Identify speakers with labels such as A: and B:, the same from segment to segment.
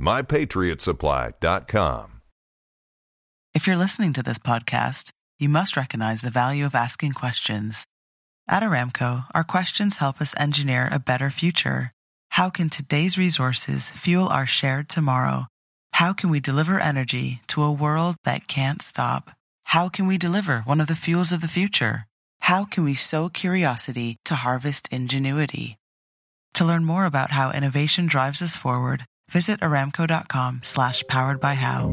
A: mypatriotsupply.com.
B: If you're listening to this podcast, you must recognize the value of asking questions. At Aramco, our questions help us engineer a better future. How can today's resources fuel our shared tomorrow? How can we deliver energy to a world that can't stop? How can we deliver one of the fuels of the future? How can we sow curiosity to harvest ingenuity? To learn more about how innovation drives us forward, visit aramco.com slash powered by how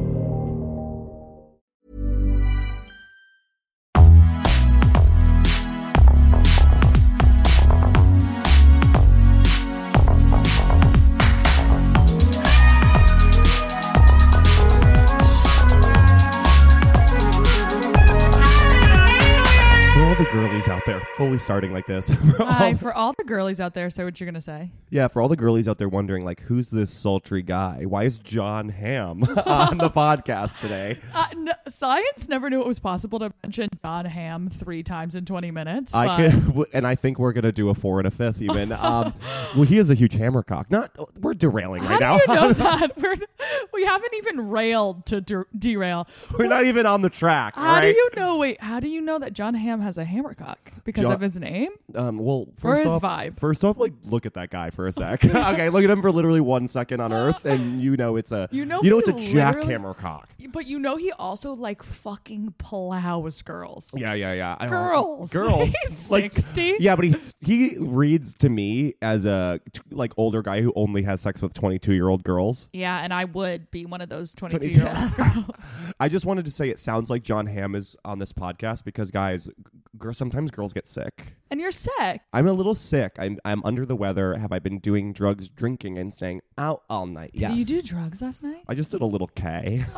C: For all the girlies out there, fully starting like this. For all
D: Hi,
C: the-
D: for all the girlies out there, say what you're gonna say.
C: yeah, for all the girlies out there wondering, like, who's this sultry guy? Why is John Ham on the podcast today?
D: Uh, n- science never knew it was possible to mention John Ham three times in 20 minutes.
C: I
D: but
C: can, w- and I think we're gonna do a four and a fifth even. Um, well, he is a huge hammer cock. Not we're derailing
D: How
C: right
D: do
C: now.
D: you know that? We're, we haven't even railed to der- derail.
C: we're not even on the track.
D: How
C: right?
D: do you know? Wait, how do you know that John Ham has a hammer cock because
C: John-
D: of his name?
C: Um, well, first
D: Or his
C: off,
D: vibe.
C: First off, like, look at that guy for a sec. okay, look at him for literally one second on Earth, and you know it's a
D: You know
C: you know
D: he
C: it's a
D: literally-
C: jackhammer cock.
D: But you know, he also like fucking plows girls.
C: Yeah, yeah, yeah. I don't-
D: Girls.
C: girls.
D: He's
C: Like,
D: 60.
C: Yeah, but he he reads to me as a t- like older guy who only has sex with twenty two year old girls.
D: Yeah, and I would be one of those 22 year old girls.
C: I just wanted to say it sounds like John Hamm is on this podcast because guys, g- gir- sometimes girls get sick.
D: And you're sick.
C: I'm a little sick. I'm I'm under the weather. Have I been doing drugs, drinking, and staying out all night?
D: Did
C: yes.
D: you do drugs last night?
C: I just did a little K.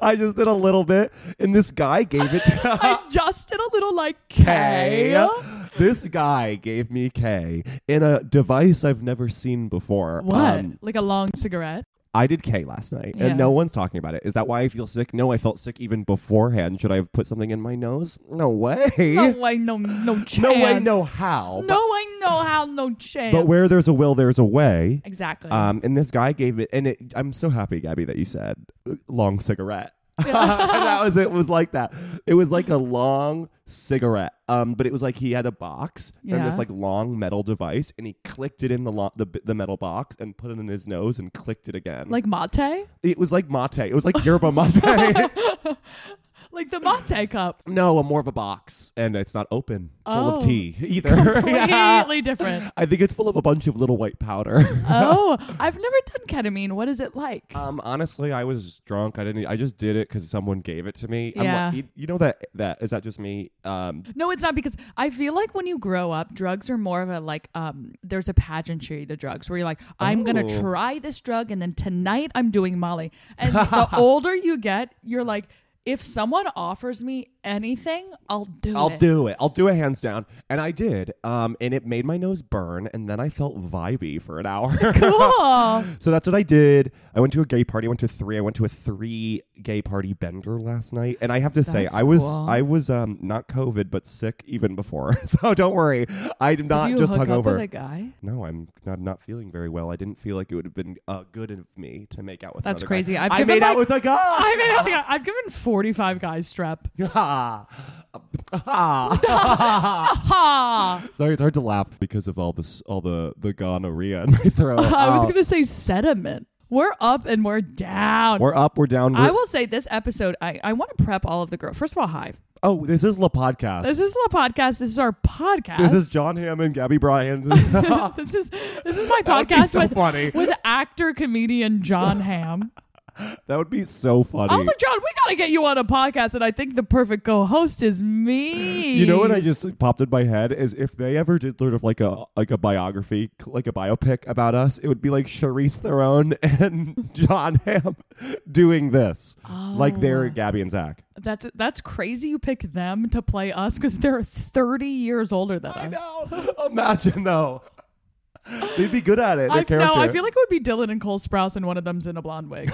C: I just did a little bit, and this guy gave it. to
D: I just did a little like
C: K.
D: Uh, K.
C: This guy gave me K in a device I've never seen before.
D: What?
C: Um,
D: like a long cigarette?
C: I did K last night,
D: Yeah.
C: and no one's talking about it. Is that why I feel sick? No, I felt sick even beforehand. Should I have put something in my nose? No way.
D: No way, no, no chance.
C: No way, no how.
D: No way, no how, no chance.
C: But, but where there's a will, there's a way.
D: exactly?
C: Um, and this guy gave it, and it, I'm so happy, Gabby, that you said uh, long cigarette. that was it. Was like that. It was like a long cigarette. Um, but it was like he had a box and
D: Yeah.
C: this like long metal device, and he clicked it in the, lo- the b- the metal box and put it in his nose and clicked it again.
D: like mate,
C: it was like mate. It was like yerba mate.
D: like the mate cup.
C: no, a more of a box, and it's not open. Full
D: Oh.
C: of tea either. Yeah.
D: Completely different.
C: I think it's full of a bunch of little white powder.
D: Oh, I've never done ketamine. What is it like?
C: Um, honestly, I was drunk. I didn't. I just did it because someone gave it to me. I'm like-
D: Yeah.
C: you, you know that that is that just me? Um,
D: no, it's not because I feel like when you grow up, drugs are more of a like um there's a pageantry to drugs where you're like, I'm gonna
C: Oh.
D: try this drug and then tonight I'm doing Molly. And the older you get, you're like, if someone offers me anything, I'll do
C: I'll
D: it.
C: do it. I'll do it hands down. And I did. Um, and it made my nose burn, and then I felt vibey for an hour.
D: cool.
C: so that's what I did. I went to a gay party. I went to three. I went to a three gay party bender last night. And I have to say,
D: That's
C: I was
D: cool.
C: I was um not COVID, but sick even before. so don't worry. I'm not
D: Did you
C: just
D: hook
C: hungover.
D: up with a guy?
C: no, I'm not, not feeling very well. I didn't feel like it would have been uh, good of me to make out with.
D: That's
C: another guy.
D: crazy. I've
C: I
D: given,
C: made out
D: like-
C: with a guy.
D: I mean, I don't think I- I've given 45 guys strep. Ha!
C: Sorry, it's hard to laugh because of all this, all the the gonorrhea in my throat.
D: I was
C: Oh.
D: going to say sediment. We're up and we're down.
C: We're up, we're down. We're,
D: I will say this episode, I, I want to prep all of the girls. First of all, Hive.
C: oh, this is La Podcast.
D: This is a podcast. This is our podcast.
C: This is John Hammond, Gabby Bryan.
D: this is this is my
C: That would be
D: podcast
C: so
D: with
C: funny.
D: with actor comedian John Hamm.
C: that would be so funny.
D: I was like, John, we gotta get you on a podcast, and I think the perfect co-host is me.
C: you know what I just popped in my head is if they ever did sort of like a like a biography, like a biopic about us, it would be like Charisse Theron and John Hamm doing this, like
D: Oh.
C: they're Gabby and Zach.
D: That's that's crazy. You pick them to play us because they're thirty years older than us.
C: No, imagine though, they'd be good at it. Their
D: I, no,
C: character.
D: I feel like it would be Dylan and Cole Sprouse, and one of them's in a blonde wig.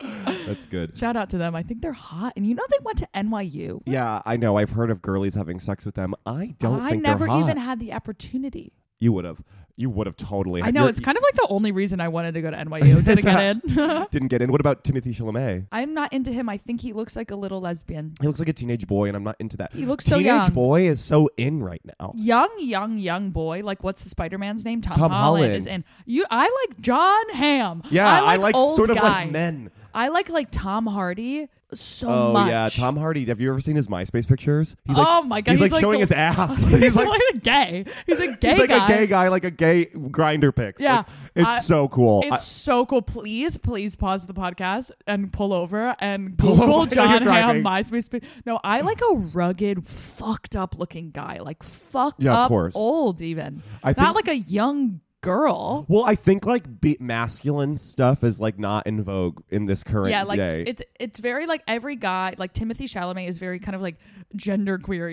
C: that's good.
D: Shout out to them. I think they're hot, and you know they went to NYU.
C: Yeah, I know. I've heard of girlies having sex with them. I don't
D: I
C: think
D: never
C: they're hot.
D: even had the opportunity.
C: you would have. You would have totally.
D: I know it's kind of like the only reason I wanted to go to NYU. Didn't get in.
C: didn't get in. What about Timothy Chalamet?
D: I'm not into him. I think he looks like a little lesbian.
C: He looks like a teenage boy, and I'm not into that.
D: He looks so
C: teenage
D: young.
C: boy is so in right now.
D: Young, young, young boy. Like, what's the Spider Man's name? Tom,
C: Tom
D: Holland,
C: Holland.
D: is in. You, I like John Hamm.
C: Yeah,
D: I like, old
C: sort of
D: guy.
C: like men.
D: I like like Tom Hardy so
C: Oh
D: much.
C: yeah, Tom Hardy. Have you ever seen his MySpace pictures? He's like,
D: Oh my God,
C: he's, like,
D: he's like
C: showing
D: the-
C: his ass.
D: He's,
C: he's like
D: like a gay. He's a gay
C: he's like
D: guy.
C: a gay guy, like a gay grinder pics.
D: Yeah,
C: Like, it's
D: I-
C: so cool.
D: It's
C: I-
D: so cool. Please, please pause the podcast and pull over and
C: Pull
D: Google
C: over. You're
D: John Hamm
C: driving.
D: MySpace. pic- No, I like a rugged, fucked up looking guy, like fucked
C: Yeah, of
D: up,
C: course.
D: old even.
C: I
D: Not
C: think-
D: like a young girl.
C: well, I think like be- masculine stuff is like not in vogue in this current
D: Yeah, like
C: day.
D: it's it's very like every guy, like Timothy Chalamet is very kind of like genderqueer,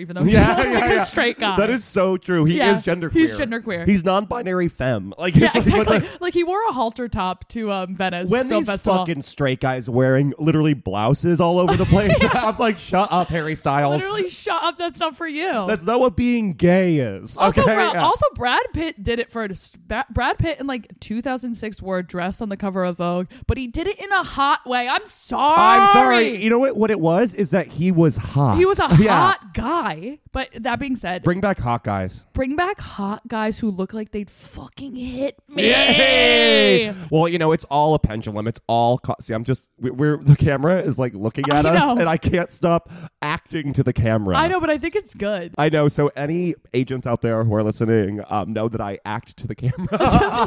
D: even though he's
C: yeah,
D: like
C: yeah,
D: a
C: yeah.
D: straight guy.
C: That is so true. He
D: Yeah,
C: is genderqueer.
D: he's genderqueer.
C: He's non-binary femme. Like
D: yeah,
C: it's like, what
D: exactly.
C: the-
D: like he wore a halter top to um, Venice
C: when
D: Film
C: these
D: Festival.
C: fucking straight guys wearing literally blouses all over the place, I'm like, shut up, Harry Styles.
D: Literally, shut up. That's not for you.
C: That's not what being gay is.
D: Also,
C: okay?
D: Brad,
C: Yeah.
D: also Brad Pitt did it for Ba- Brad Pitt in like 2006 wore a dress on the cover of Vogue, but he did it in a hot way. I'm sorry.
C: I'm sorry. You know what? What it was is that he was hot.
D: He was a
C: Yeah.
D: hot guy. But that being said, bring,
C: Bring back hot guys.
D: back hot guys who look like they'd fucking hit me.
C: Yay! Well, you know, it's all a pendulum. It's all. Co- See, I'm just. we- We're the camera is like looking at
D: I
C: us,
D: know.
C: and I can't stop acting to the camera.
D: I know, but I think it's good.
C: I know. So any agents out there who are listening um, know that I act to the camera.
D: Just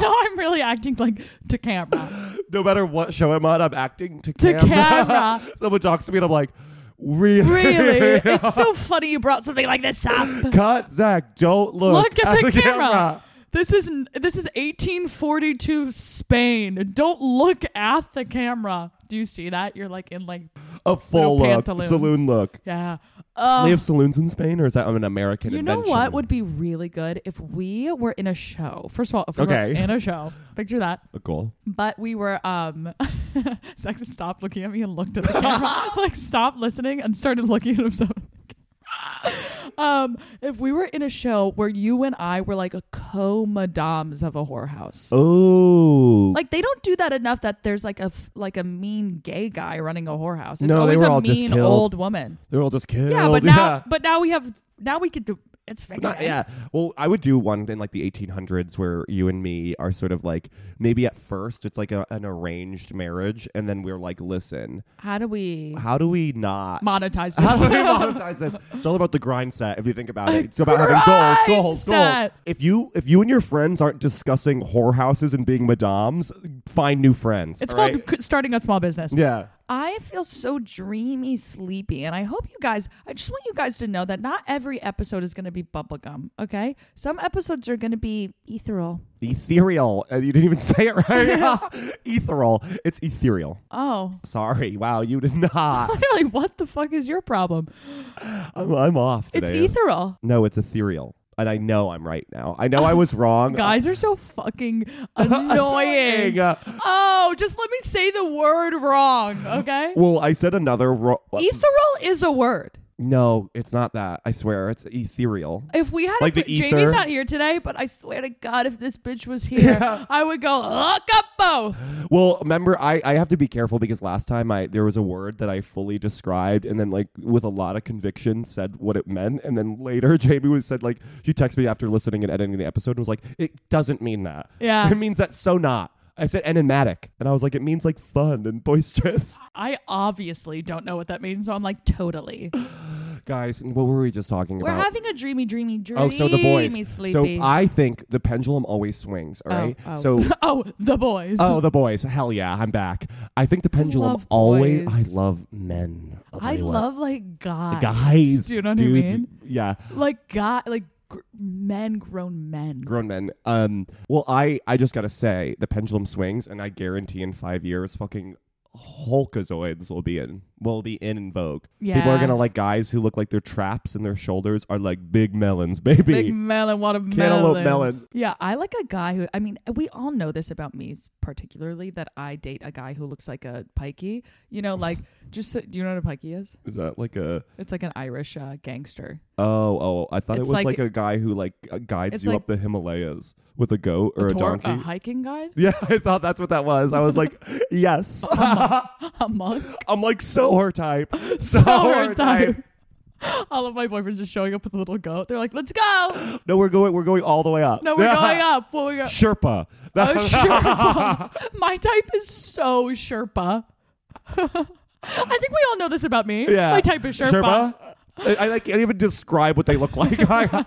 D: know I'm really acting like to camera.
C: no matter what show I'm on, I'm acting to,
D: To
C: camera.
D: camera.
C: Someone talks to me and I'm like, really?
D: Really? It's so funny you brought something like this up.
C: Cut, Zach. Don't look.
D: Look at, the, camera.
C: camera.
D: This is this is 1842 Spain. Don't look at the camera. Do you see that? You're like in like
C: A full
D: Little
C: look,
D: pantaloons.
C: saloon look.
D: yeah.
C: they
D: Um,
C: have saloons in Spain, or is that an American?
D: you know
C: invention?
D: what would be really good if we were in a show. First of all, if we were
C: Okay.
D: in a show, picture that.
C: a goal?
D: But we were um, Zach just stopped looking at me and looked at the camera, like stopped listening and started looking at himself. um, if we were in a show where you and I were like co-madams of a whorehouse.
C: Oh,
D: Like they don't do that enough that there's like a f- like a mean gay guy running a whorehouse. It's
C: No, they
D: always
C: were
D: a
C: all just
D: mean
C: killed.
D: old woman.
C: they're all just killed.
D: yeah, but now
C: yeah.
D: but now we have now we could do it's fiction.
C: Not- yeah. Well, I would do one in like the 1800s where you and me are sort of like maybe at first it's like a, an arranged marriage, and then we're like, listen,
D: How do we
C: how do we not?
D: monetize
C: How do we
D: this?
C: monetize this? It's all about the grind set. If you think about it, it's about
D: Grind
C: having goals, goals,
D: set.
C: goals. If you if you and your friends aren't discussing whorehouses and being madams, find new friends.
D: It's
C: all right?
D: called c starting a small business.
C: yeah.
D: I feel so dreamy, sleepy, and I hope you guys. I just want you guys to know that not every episode is going to be bubblegum. Okay, some episodes are going to be ethereal.
C: Ethereal. Uh, you didn't even say it right. ethereal. It's ethereal.
D: Oh,
C: Sorry. Wow, you did not.
D: really? What the fuck is your problem?
C: I'm, I'm off
D: It's
C: today.
D: ethereal.
C: No, it's ethereal. And I know I'm right now. I know I was wrong.
D: Guys are so fucking annoying.
C: Uh,
D: Oh, just let me say the word wrong, okay?
C: well, I said another. Ro-
D: Ethereal is a word.
C: no, it's not that. I swear, it's ethereal.
D: If we had
C: Like
D: a,
C: the
D: Jamie's
C: ether?
D: not here today, but I swear to God, if this bitch was here, I would go look up both.
C: Well, remember, I, I have to be careful because last time I there was a word that I fully described and then like with a lot of conviction said what it meant, and then later Jamie was said like she texted me after listening and editing the episode and was like it doesn't mean that.
D: Yeah.
C: it means that so not. I said enigmatic, and I was like, it means like fun and boisterous.
D: I obviously don't know what that means, so I'm like, totally.
C: Guys, and what were we just talking
D: We're
C: about?
D: having a dreamy, dreamy, dreamy
C: oh, so the boys.
D: sleepy.
C: So I think the pendulum always swings. All
D: Oh,
C: right.
D: oh.
C: So
D: oh, the boys.
C: oh, the boys. Hell yeah, I'm back. I think the pendulum
D: love
C: always. I
D: boys.
C: love men. I'll tell
D: I
C: you what.
D: love like guys.
C: guys.
D: Do you know what
C: dudes,
D: I mean?
C: Yeah.
D: Like guy, like gr- men, grown men.
C: grown men. Um, well, I I just gotta say the pendulum swings, and I guarantee in five years, fucking hulkazoids will be in will be in, in vogue. people are
D: Yeah.
C: gonna like guys who look like their traps and their shoulders are like big melons, baby.
D: Big melon, watermelon.
C: Cantaloupe melons.
D: Yeah, I like a guy who, I mean, we all know this about me particularly that I date a guy who looks like a pikey. You know, like, just, so, do you know what a pikey is?
C: Is that like a
D: It's like an Irish uh, gangster.
C: oh oh? I thought
D: It's
C: it was like,
D: like-
C: a guy who like uh, guides
D: It's
C: you
D: like-
C: up the Himalayas with a goat or a,
D: tour-
C: donkey.
D: A hiking guide?
C: yeah, I thought that's what that was. I was like, yes.
D: A monk?
C: I'm like, so her type. So,
D: Our
C: her
D: entire-
C: type.
D: All of my boyfriends just showing up with a little goat. They're like, let's go.
C: No, we're going we're going all the way up.
D: No, we're going up. Oh, Well, we go.
C: Sherpa.
D: A Sherpa. my type is so Sherpa. I think we all know this about me.
C: Yeah.
D: My type is
C: Sherpa?
D: Sherpa.
C: I, I like can't even describe what they look like. yeah,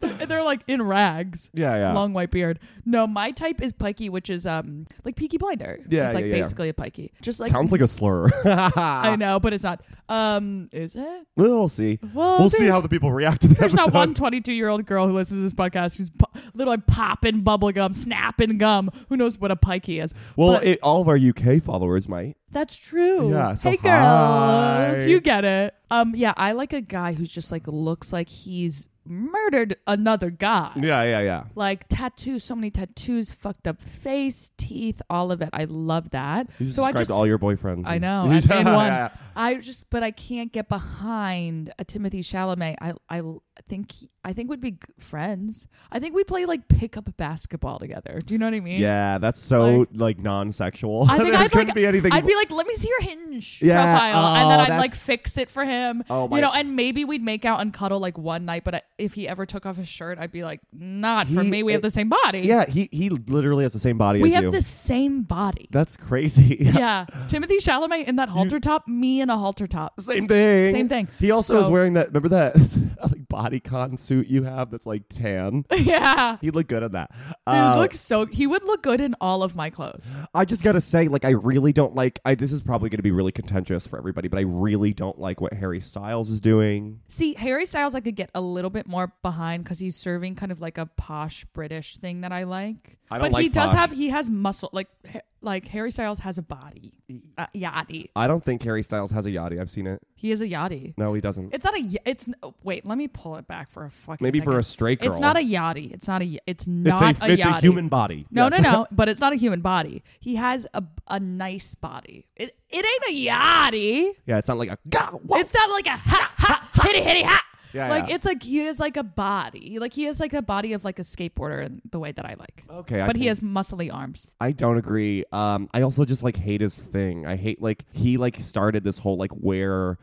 D: And They're like in rags.
C: yeah.
D: Long white beard. No, my type is pikey, which is um like Peaky Blinder.
C: Yeah,
D: it's like
C: yeah, yeah.
D: basically a pikey. Just like
C: Sounds like a slur.
D: I know, but it's not. Um, is it?
C: we'll see.
D: Well,
C: we'll see
D: there-
C: how the people react to the
D: There's
C: episode.
D: not one 22 year old girl who listens to this podcast who's po- literally popping bubble gum, snapping gum. Who knows what a pikey is?
C: well,
D: But
C: it, all of our UK followers might.
D: that's true.
C: Yeah, so
D: hey
C: hi.
D: girls, you get it. Um, yeah, I like a guy who's just like looks like he's murdered another guy.
C: Yeah, yeah, yeah.
D: Like tattoos, so many tattoos, fucked up face, teeth, all of it. I love that.
C: You just
D: so I
C: described
D: just
C: all your boyfriends.
D: I know.
C: You
D: I'm
C: just-
D: in one.
C: Yeah,
D: I just, but I can't get behind a Timothy Chalamet. I, I think, he- I think we'd be g- friends. I think we play like pickup basketball together. Do you know what I mean?
C: Yeah, that's so like,
D: Like-
C: non-sexual.
D: I think
C: there
D: I'd
C: couldn't
D: like,
C: be anything.
D: I'd be like, let me see your hinge
C: Yeah,
D: profile,
C: oh,
D: and then I'd
C: that's-
D: like fix it for him.
C: Oh, my-
D: you know, and maybe we'd make out and cuddle like one night. But I, if he ever took off his shirt, I'd be like, not for
C: He-
D: me. We have
C: it-
D: the same body.
C: yeah, he he literally has the same body
D: we
C: as
D: have
C: you.
D: the same body.
C: that's crazy.
D: yeah, Timothy Chalamet in that halter top, me in a halter top.
C: Same thing.
D: Same thing.
C: He also is
D: So-
C: wearing that. Remember that like bodycon suit you have that's like tan.
D: yeah.
C: He'd look good in that.
D: He
C: Uh,
D: looks so. He would look good in all of my clothes.
C: I just gotta say, like, I really don't like. I this is probably gonna be really contentious for everybody, but I really don't like what Harry Styles is doing.
D: See, Harry Styles, I could get a little bit more behind because he's serving kind of like a posh British thing that I like.
C: I don't
D: but he
C: like
D: does
C: posh.
D: have. He has muscle. Like ha- like Harry Styles has a body. Uh, yachty.
C: I don't think Harry Styles has a yachty. I've seen it.
D: He is a yachty.
C: No, he doesn't.
D: It's not a. y- It's n- oh, wait. Let me pull it back for a fucking.
C: Maybe for a
D: second.
C: straight girl.
D: It's not a yachty. It's not a. y- It's
C: It's
D: not
C: a,
D: a,
C: it's a
D: yachty.
C: human body.
D: No,
C: Yes.
D: no, no. But it's not a human body. He has a a nice body. It it ain't a yachty.
C: yeah, it's not like a. Gah, wah.
D: It's not like a ha ha hitty hitty ha.
C: Yeah,
D: like
C: yeah.
D: it's like he is like a body. Like he is like a body of like a skateboarder in the way that I like.
C: Okay, I
D: But he
C: can-
D: has muscly arms.
C: I don't agree. Um, I also just like hate his thing. I hate like he like started this whole like wear.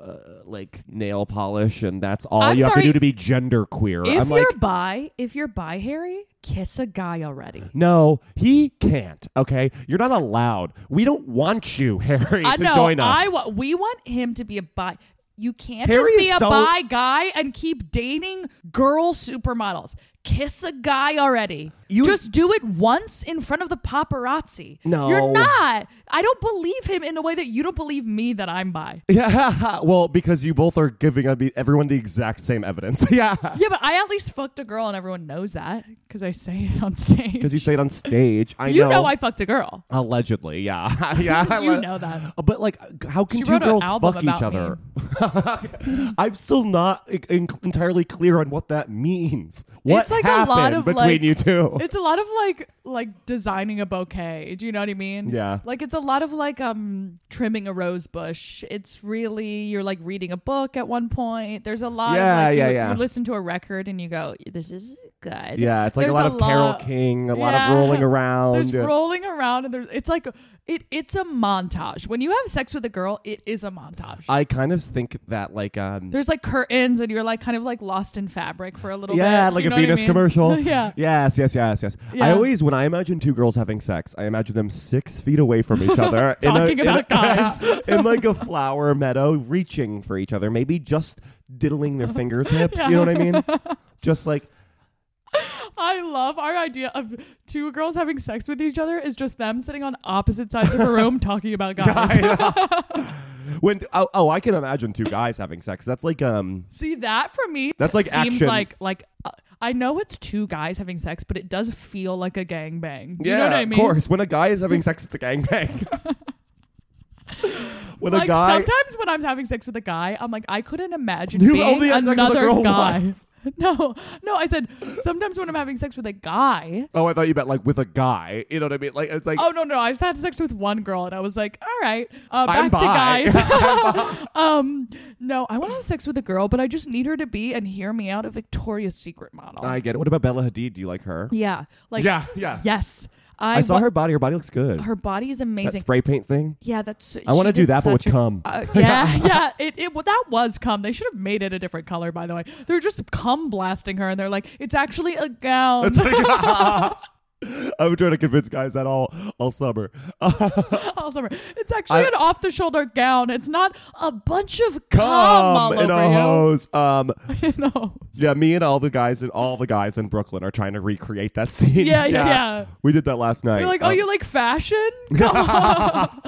C: Uh, like nail polish, and that's all
D: I'm
C: you have
D: sorry.
C: to do to be gender queer.
D: If
C: I'm
D: you're
C: like,
D: bi, if you're bi, Harry, kiss a guy already.
C: No, he can't. Okay, you're not allowed. We don't want you, Harry,
D: I
C: to
D: know.
C: join us.
D: I wa- we want him to be a bi. You can't
C: Harry
D: just be
C: is
D: a
C: so-
D: bi guy and keep dating girl supermodels. Kiss a guy already.
C: You-
D: just do it once in front of the paparazzi.
C: No.
D: you're not. I don't believe him in the way that you don't believe me that I'm bi.
C: yeah, well, because you both are giving ab- everyone the exact same evidence. yeah,
D: Yeah, but I at least fucked a girl, and everyone knows that because I say it on stage.
C: because you say it on stage. I
D: you
C: know.
D: know. I fucked a girl.
C: allegedly. Yeah, yeah.
D: You know that.
C: But like, how can
D: She
C: two
D: wrote an
C: girls
D: album
C: fuck each
D: about me.
C: other? I'm still not en- en- entirely clear on what that means. What
D: It's like a
C: happened
D: lot of,
C: between
D: like-
C: you two?
D: It's a lot of like like designing a bouquet. Do you know what I mean?
C: Yeah.
D: Like it's a lot of like um trimming a rose bush. It's really you're like reading a book at one point. There's a lot
C: Yeah,
D: of like
C: yeah,
D: you,
C: yeah.
D: you listen to a record and you go, This is
E: good.
C: Yeah, it's like
D: There's
C: a lot
D: a
C: of Carol
D: lot-
C: King, uh, a lot
D: Yeah.
C: of rolling around.
D: There's
C: Yeah.
D: rolling around and there's it's like it it's a montage. When you have sex with a girl, it is a montage.
C: I kind of think that like um
D: there's like curtains and you're like kind of like lost in fabric for a little bit.
C: yeah,
D: You
C: like
D: know
C: a
D: what I
C: Venus
D: mean?
C: commercial.
D: yeah.
C: Yes, yes, yes, yes. I
D: Yeah.
C: always, when I imagine two girls having sex, I imagine them six feet away from each other, in a-
D: Talking
C: in a,
D: about guys.
C: in like a flower meadow, reaching for each other, maybe just diddling their fingertips. You know what I mean? Just like
D: I love our idea of two girls having sex with each other is just them sitting on opposite sides of a room talking about guys.
C: when oh, oh, I can imagine two guys having sex. That's like um,
D: See that for me?
C: That's like
D: seems
C: action.
D: like like uh, I know it's two guys having sex, but it does feel like a gangbang. Do
C: yeah,
D: you know what I
C: of
D: mean?
C: course. When a guy is having sex, it's a gangbang. when
D: Like
C: a guy,
D: sometimes when I'm having sex with a guy, I'm like, I couldn't imagine
C: You
D: being
C: only had sex with a
D: another
C: girl
D: guy.
C: once.
D: No, no, I said sometimes when I'm having sex with a guy.
C: oh, I thought you meant like with a guy. You know what I mean? Like it's like
D: Oh no, no, I've had sex with one girl, and I was like, all right, uh,
C: I'm
D: back to
C: bi.
D: guys. um, no, I want to have sex with a girl, but I just need her to be and hear me out a Victoria's Secret model.
C: I get it. What about Bella Hadid? Do you like her?
D: yeah, like
C: yeah, yeah.
D: yes,
C: I,
D: I,
C: saw
D: wa-
C: her body. Her body looks good.
D: Her body is
C: that
D: amazing.
C: spray paint thing.
D: Yeah, that's.
C: I want to do that, but with cum.
D: cum. Uh, yeah, yeah. It, it well, that was cum. They should have made it a different color, by the way. They're just cum blasting her, and they're like, "It's actually a gown."
C: I'm trying to convince guys that all all summer.
D: All summer. It's actually
C: I-
D: an off-the-shoulder gown. It's not a bunch of cum, all
C: Cum Um, in
D: over
C: a hose. Um,
D: you. no.
C: yeah, me and all the guys and all the guys in Brooklyn are trying to recreate that scene.
D: Yeah, yeah, yeah.
C: We did that last night.
D: You're like, oh,
C: Um,
D: you like fashion? Come on.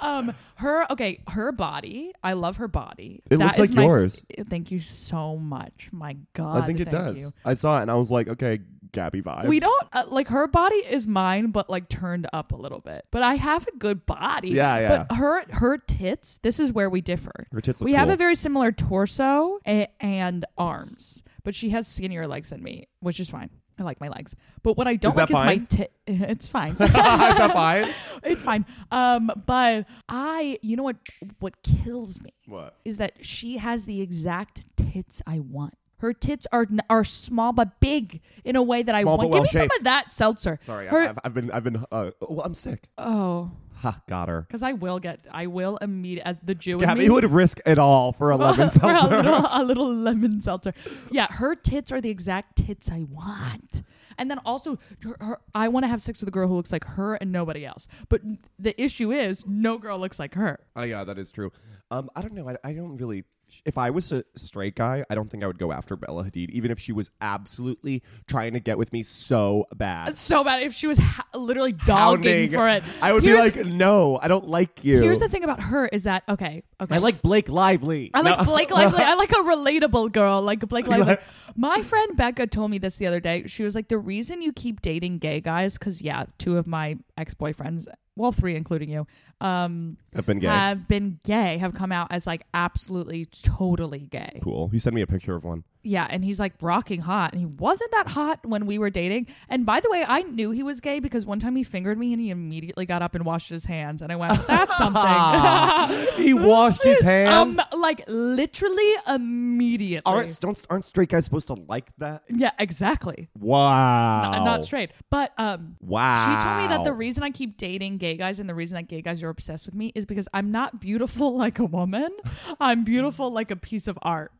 D: um, her okay, her body. I love her body.
C: It looks like
D: is my- eh,
C: yours.
D: thank you so much. My God,
C: I think it
D: thank
C: does.
D: you.
C: I saw it and I was like, okay, Gabby vibes.
D: we don't uh, like her body is mine but like turned up a little bit but i have a good body
C: Yeah, yeah.
D: but her her tits this is where we differ
C: Her tits look
D: we have
C: cool.
D: a very similar torso a- and arms but she has skinnier legs than me which is fine i like my legs but what i don't
C: Is
D: like
C: that
D: is my
C: fine?
D: tit it's fine
C: Is that fine?
D: it's fine um but i you know what what kills me
C: What?
D: is that she has the exact tits I want. Her tits are n- are small but big in a way that
C: Small
D: I want.
C: but
D: Give me
C: well-shaped.
D: some of that seltzer.
C: Sorry,
D: Her-
C: I, I've, I've been, I've been. Uh, well, I'm sick.
D: oh,
C: Ha, got her.
D: because I will get. I will immediate as the Jew. in
C: Gabby
D: me-
C: would risk it all for a lemon
D: for a
C: seltzer.
D: little, a little lemon seltzer. Yeah, her tits are the exact tits I want. And then also, her, her, I want to have sex with a girl who looks like her and nobody else. But the issue is, no girl looks like her.
C: Oh yeah, that is true. Um, I don't know. I, I don't really. If I was a straight guy, I don't think I would go after Bella Hadid, even if she was absolutely trying to get with me so bad.
D: So bad if she was ha- literally dogging
C: Pounding.
D: for it.
C: I would
D: Here's-
C: be like, no, I don't like you.
D: Here's the thing about her is that okay, okay.
C: I like Blake Lively.
D: I like
C: No.
D: Blake Lively. I like a relatable girl, like Blake Lively. My friend Becca told me this the other day. She was like, "The reason you keep dating gay guys, because yeah, two of my ex boyfriends, well, three including you, um,
C: I've been gay.
D: have been gay, have come out as like absolutely, totally gay."
C: cool. You sent me a picture of one.
D: Yeah, and he's like rocking hot, and he wasn't that hot when we were dating. And by the way, I knew he was gay because one time he fingered me, and he immediately got up and washed his hands, and I went, "That's something."
C: Um, He washed his hands.
D: Um, like literally immediately.
C: aren't don't aren't straight guys supposed to like that?
D: yeah, exactly.
C: Wow.
D: I'm not straight, but um.
C: Wow.
D: She told me that the reason I keep dating gay guys and the reason that gay guys are obsessed with me is because I'm not beautiful like a woman. I'm beautiful like a piece of art.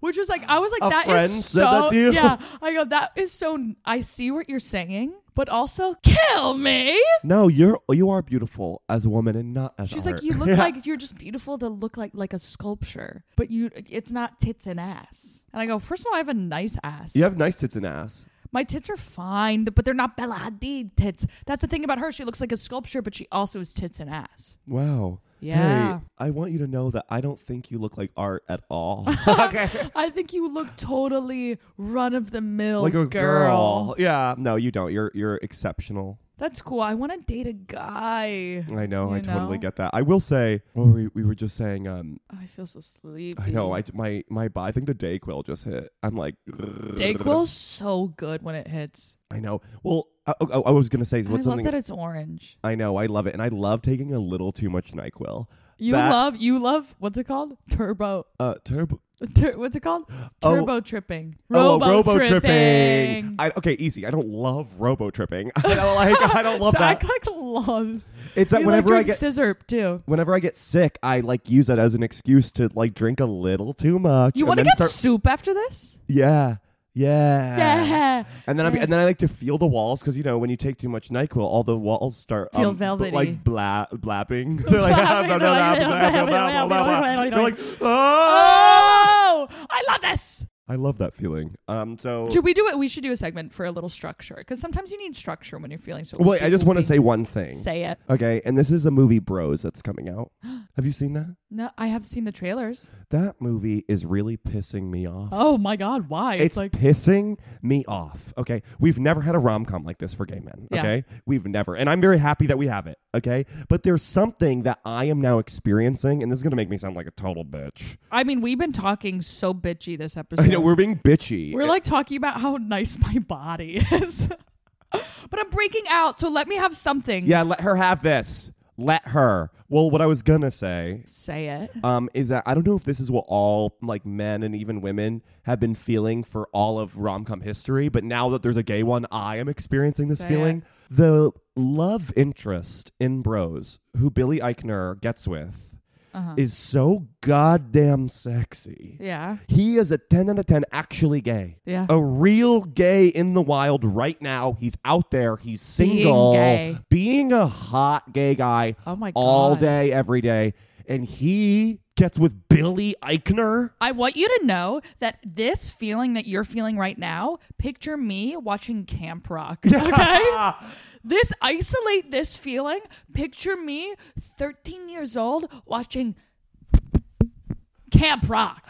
D: Which is like I was like
C: A
D: that is
C: friend
D: so
C: said that to you?
D: yeah. I go that is so I see what you're saying, but also kill me.
C: No, you're you are beautiful as a woman and not as
D: She's
C: art.
D: like you look like you're just beautiful to look like like a sculpture, but you it's not tits and ass. And I go first of all I have a nice ass.
C: You have nice tits and ass.
D: My tits are fine, but they're not Bella Hadid tits. That's the thing about her. She looks like a sculpture, but she also is tits and ass.
C: Wow.
D: Yeah.
C: Hey, I want you to know that I don't think you look like art at all.
D: I think you look totally run of the mill
C: like a girl.
D: girl.
C: Yeah. No, you don't. You're you're exceptional.
D: That's cool. I want to date a guy.
C: I know. I
D: You
C: totally
D: know?
C: get that. I will say. Well, we, we were just saying. Um.
D: Oh, I feel so sleepy.
C: I know. I my my. bo- I think the Dayquil just hit. I'm like.
D: Dayquil's so good when it hits.
C: I know. Well, I, oh, I was gonna say
D: I
C: what's
D: love
C: something
D: that it's orange.
C: I know I love it, and I love taking a little too much Nyquil.
D: You
C: That-
D: love you love what's it called? Turbo.
C: Uh, turbo.
D: Tur- what's it called?
C: Oh.
D: Turbo tripping.
C: Oh,
D: Robo,
C: robo-tripping. I, okay, easy. I don't love robo tripping. I don't like. I don't love
D: Zach
C: that.
D: like loves.
C: It's that
D: he
C: whenever I
D: like
C: get
D: scissor too.
C: whenever I get sick, I like use that as an excuse to like drink a little too much.
D: You
C: and
D: want to
C: then
D: get
C: start- Ah.
D: soup after this?
C: Yeah. Yeah.
D: Yeah.
C: And then I and then I like to feel the walls because you know when you take too much Nyquil, all the walls start
D: Feel
C: um, b-
D: velvety.
C: like bla- blapping. They're like,
D: Blapping,
C: "Ah, blah,
D: they're
C: blah,
D: like,
C: blah, blah, blah, blah, blah, blah." You're like, "Ah!"
D: Oh, I love this.
C: I love that feeling. Um, so
D: Should we do it? We should do a segment for a little structure because sometimes you need structure when you're feeling so.
C: wait, I just want to
D: loopy.
C: say one thing.
D: Say it.
C: Okay, and this is a movie, Bros, that's coming out. Have you seen that?
D: No, I have seen the trailers.
C: That movie is really pissing me off.
D: Oh my god, why?
C: It's pissing me off. Okay. We've never had a rom com like this for gay men.
D: Yeah.
C: Okay. We've never. And I'm very happy that we have it. Okay. But there's something that I am now experiencing, and this is going to make me sound like a total bitch.
D: I mean, we've been talking so bitchy this episode.
C: I know we're being bitchy.
D: We're like talking about how nice my body is. but I'm breaking out, so let me have something.
C: yeah, let her have this. Let her. Well, what I was going to say
D: Say it.
C: um, is that I don't know if this is what all like men and even women have been feeling for all of rom com history, but now that there's a gay one, I am experiencing this
D: Say
C: feeling. The love interest in Bros, who Billy Eichner gets with, is so goddamn sexy.
D: Yeah.
C: He is a 10 out of 10 actually gay.
D: Yeah.
C: A real gay in the wild right now. He's out there. He's
D: Being
C: single.
D: gay.
C: Being a hot gay guy
D: Oh my
C: all
D: God.
C: day, every day. And he gets with Billy Eichner.
D: I want you to know that this feeling that you're feeling right now, picture me watching Camp Rock. Okay? this isolate this feeling. Picture me 13 years old watching Camp Rock.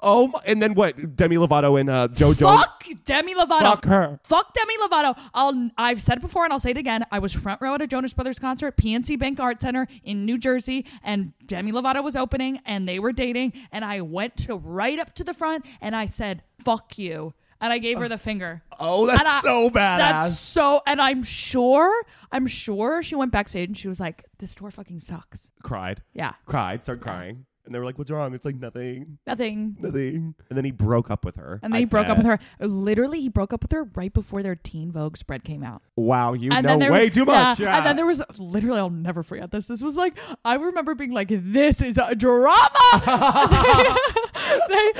C: Oh, my, and then what? Demi Lovato and uh, JoJo.
D: Fuck Demi Lovato.
C: Fuck her.
D: Fuck Demi Lovato. I'll I've said it before and I'll say it again. I was front row at a Jonas Brothers concert, PNC Bank Art Center in New Jersey, and Demi Lovato was opening and they were dating and I went to right up to the front and I said, "Fuck you." And I gave her the finger.
C: Oh, that's
D: And I-
C: so badass.
D: That's so and I'm sure, I'm sure she went backstage and she was like, "This tour fucking sucks."
C: Cried.
D: Yeah.
C: Cried. Started crying. And they were like, what's wrong? It's like nothing.
D: Nothing.
C: Nothing. And then he broke up with her.
D: And then he broke up with her. Literally, he broke up with her right before their Teen Vogue spread came out.
C: Wow, you
D: and
C: know
D: then there
C: way
D: was,
C: too much.
D: And then there was literally, I'll never forget this. This was like, I remember being like, this is a drama. they,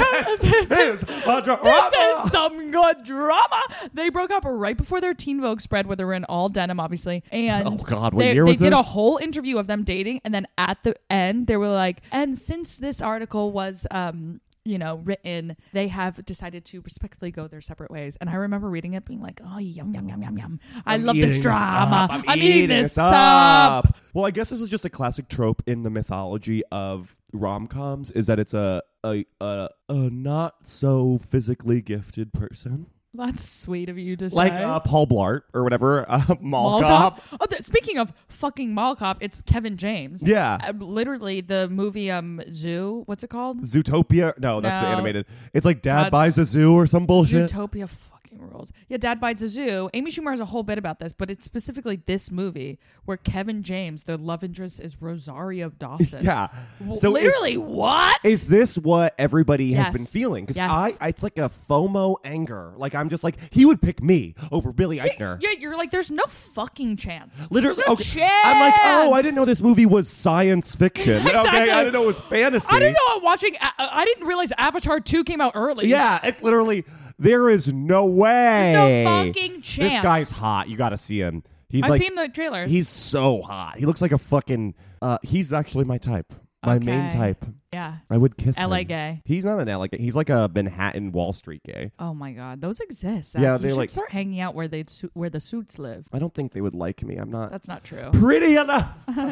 D: up. This,
C: This
D: is-
C: is a drama.
D: this is some good drama. They broke up right before their Teen Vogue spread, where they were in all denim, obviously. And
C: Oh, God, what
D: they,
C: year
D: they
C: was
D: did a
C: this?
D: whole interview of them dating, and then at the end, they were like, and since this article was, um, you know, written, they have decided to respectfully go their separate ways. And I remember reading it, being like, oh, yum yum yum yum yum. I
C: I'm
D: love this
C: eating
D: drama.
C: up.
D: I'm, eating this, up.
C: up. Well, I guess this is just a classic trope in the mythology of rom coms is that it's a, a a a not so physically gifted person.
D: That's sweet of you to
C: Like
D: say.
C: uh, Paul Blart or whatever, uh, Mall,
D: Mall
C: Cop.
D: Cop? Oh, th- speaking of fucking Mall Cop, it's Kevin James.
C: Yeah.
D: Uh, literally, the movie um Zoo. What's it called?
C: Zootopia. No, that's the
D: No.
C: animated. It's like Dad
D: That's-
C: buys a zoo or some bullshit.
D: Zootopia fucking rules. Yeah, Dad Bites a Zoo. Amy Schumer has a whole bit about this, but it's specifically this movie where Kevin James, the love interest, is Rosario Dawson.
C: yeah.
D: W-
C: So is-
D: literally, what?
C: Is this what everybody has
D: Yes.
C: been feeling? Because
D: Yes.
C: I, I- it's like a FOMO anger. Like I'm just like he would pick me over Billy Eichner.
D: yeah, you're like, there's no fucking chance.
C: Literally,
D: There's no
C: okay.
D: chance.
C: I'm like, oh, I didn't know this movie was science fiction. Okay,
D: Exactly.
C: I didn't know it was fantasy.
D: I didn't know I'm watching. A- I didn't realize Avatar 2 came out early.
C: Yeah, it's literally there is no way.
D: There's no fucking
C: This
D: chance.
C: guy's hot. You got to see him. He's
D: I've
C: like,
D: seen the trailers.
C: he's so hot. He looks like a fucking. Uh, he's actually my type. My main
D: Okay.
C: type.
D: yeah.
C: I would kiss
D: LA
C: him.
D: gay.
C: He's not an LA gay. He's like a Manhattan Wall Street gay.
D: Oh my god, those exist.
C: Yeah,
D: Yeah,
C: they,
D: they should
C: like-
D: start hanging out where they su- where the suits live.
C: I don't think they would like me. I'm not
D: That's not true.
C: pretty enough.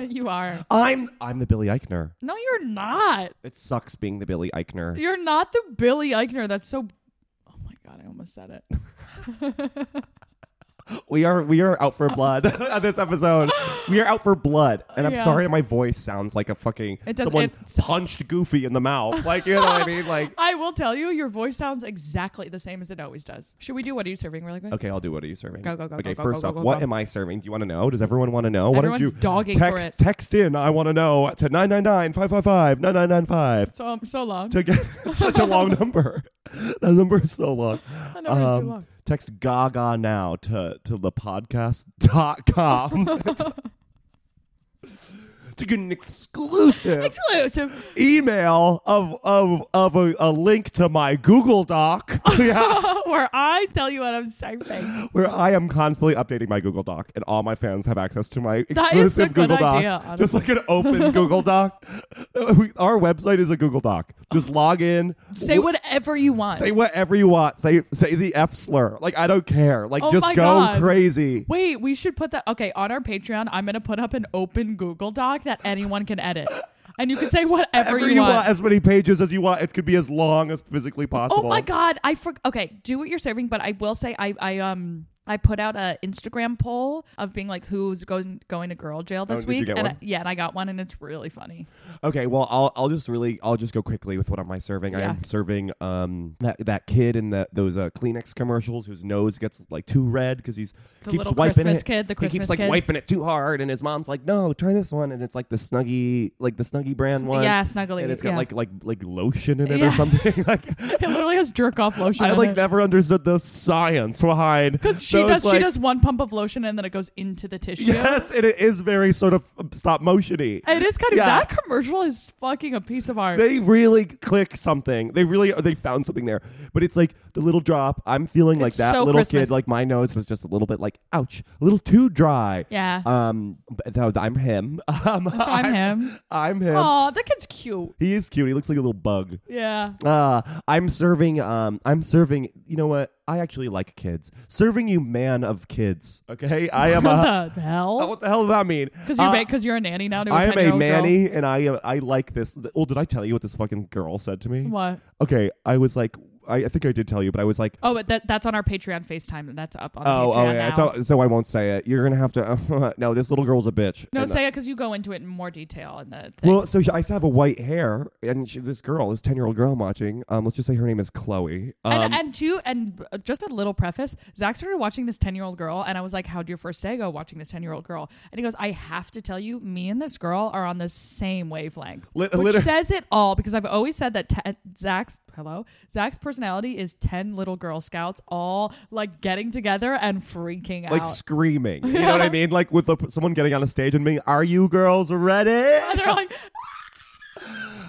D: you are.
C: I'm I'm the Billy Eichner.
D: No, you're not.
C: It sucks being the Billy Eichner.
D: You're not the Billy Eichner. That's so. Oh my god, I almost said it.
C: We are we are out for
D: Uh,
C: blood on this episode. We are out for blood, and I'm
D: Yeah.
C: sorry my voice sounds like a fucking
D: It does-
C: someone
D: it's-
C: punched Goofy in the mouth. Like you know what I mean? Like
D: I will tell you, your voice sounds exactly the same as it always does. Should we do what are you serving really quick?
C: okay, I'll do. What are you serving?
D: Go, go, go,
C: Okay,
D: go, go,
C: first
D: go,
C: off,
D: go,
C: what
D: go.
C: am I serving? Do you want to know? Does everyone want to know? Why don't you
D: Everyone's dogging for
C: text
D: it.
C: text in? I want to know to 999-555-9995.
D: So um, so long.
C: to get it's such a long number. That number is so long.
D: That number is Oh, too
C: um,
D: long.
C: Text Gaga now to to the podcast.com to get an exclusive
D: Exclusive.
C: email of of of a, a link to my Google Doc. Yeah,
D: Where I tell you what I'm serving.
C: where I am constantly updating my Google Doc, and all my fans have access to my exclusive
D: That is a good
C: Google Doc.
D: idea,
C: Just like an open Google Doc. Uh, We- Our website is a Google Doc. Just log in.
D: Say whatever you want.
C: Say whatever you want. Say say the F slur. Like I don't care. Like
D: Oh
C: just
D: my
C: go
D: God.
C: crazy.
D: Wait, we should put that. Okay, on our Patreon, I'm going to put up an open Google Doc that anyone can edit. And you can say whatever
C: Whatever
D: you want.
C: as many pages as you want. It could be as long as physically
D: Oh
C: possible.
D: my god, I for okay, do what you're serving, but I will say I I um I put out a Instagram poll of being like who's going going to girl jail this
C: Oh, did you
D: week,
C: get
D: and
C: one?
D: I, yeah, and I got one, and it's really funny.
C: Okay, well I'll I'll just really I'll just go quickly with what am I serving? I
D: Yeah.
C: am serving um that that kid in the those uh, Kleenex commercials whose nose gets like too red because he's
D: The
C: keeps
D: little
C: wiping
D: Christmas
C: it.
D: kid, the
C: he
D: Christmas
C: keeps like
D: kid.
C: wiping it too hard, and his mom's like, "No, try this one," and it's like the Snuggie like the Snuggie brand one.
D: yeah, Snuggly,
C: and it's got
D: yeah.
C: like like like lotion in it
D: Yeah.
C: or something like.
D: It literally has jerk off lotion.
C: I
D: in
C: like
D: it.
C: never understood the science behind because
D: She does. she does one pump of lotion and then it goes into the tissue.
C: Yes, and it is very sort of um, stop motiony.
D: It is kind of
C: Yeah.
D: that commercial is fucking a piece of art.
C: They really click something. They really they found something there. But it's like the little drop. I'm feeling like
D: It's
C: that
D: so
C: little
D: Christmas.
C: kid. Like my nose was just a little bit like ouch, a little too dry.
D: Yeah.
C: Um. but no, I'm him. Um,
D: so I'm him.
C: I'm him.
D: Aw, that kid's cute.
C: He is cute. He looks like a little bug.
D: Yeah.
C: Uh, I'm serving. Um, I'm serving. You know what? I actually like kids. Serving you, man of kids. Okay, I am a.
D: what the hell?
C: what the hell does that mean?
D: Because you're
C: oh, Uh,
D: because you're a nanny now. To a
C: I am a
D: 10-year-old girl.
C: manny, and I am, I like this. Oh, did I tell you what this fucking girl said to me?
D: What?
C: Okay, I was like, I, I think I did tell you, but I was like,
D: Oh, but that that's on our Patreon FaceTime. and That's up on
C: oh,
D: Patreon
C: oh, yeah.
D: now.
C: it's all- so I won't say it. You're gonna have to. no, this little girl's a bitch.
D: No,
C: And, uh,
D: say it because you go into it in more detail in the thing.
C: Well, so she, I used to have a white hair, and she, this girl, this ten year old girl, I'm watching. Um, let's just say her name is Chloe. Um,
D: and, and two and uh, just a little preface. Zach started watching this ten year old girl, and I was like, "How'd your first day go?" Watching this ten year old girl, and he goes, "I have to tell you, me and this girl are on the same wavelength,"
C: Lit-
D: which
C: liter-
D: says it all because I've always said that ten, Zach's hello Zach's personality is ten little Girl Scouts all like getting together and freaking
C: like
D: out.
C: screaming, you know what I mean? Like with the, someone getting on a stage and being, "Are you girls ready?"
D: And they're like,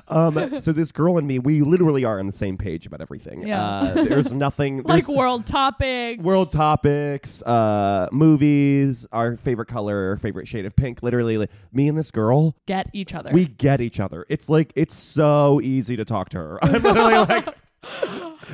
C: Um, so this girl and me, we literally are on the same page about everything.
D: Yeah.
C: Uh, there's nothing
D: like
C: there's
D: world topics,
C: world topics, uh, movies, our favorite color, our favorite shade of pink. Literally, like, me and this girl,
D: get each other.
C: we get each other. It's like it's so easy to talk to her. I'm literally like,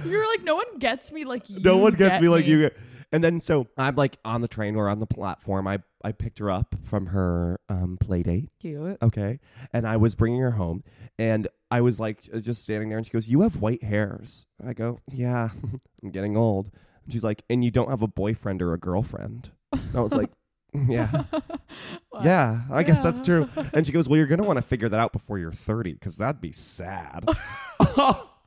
D: You're like, no one gets me like you.
C: no one gets
D: get
C: me like you. And then so I'm like on the train or on the platform. I I picked her up from her um, play date.
D: Cute.
C: okay and i was bringing her home and i was like just standing there and she goes you have white hairs and i go yeah i'm getting old and she's like and you don't have a boyfriend or a girlfriend and i was like yeah yeah i guess that's true and she goes well you're gonna want to figure that out before you're 30 because that'd be sad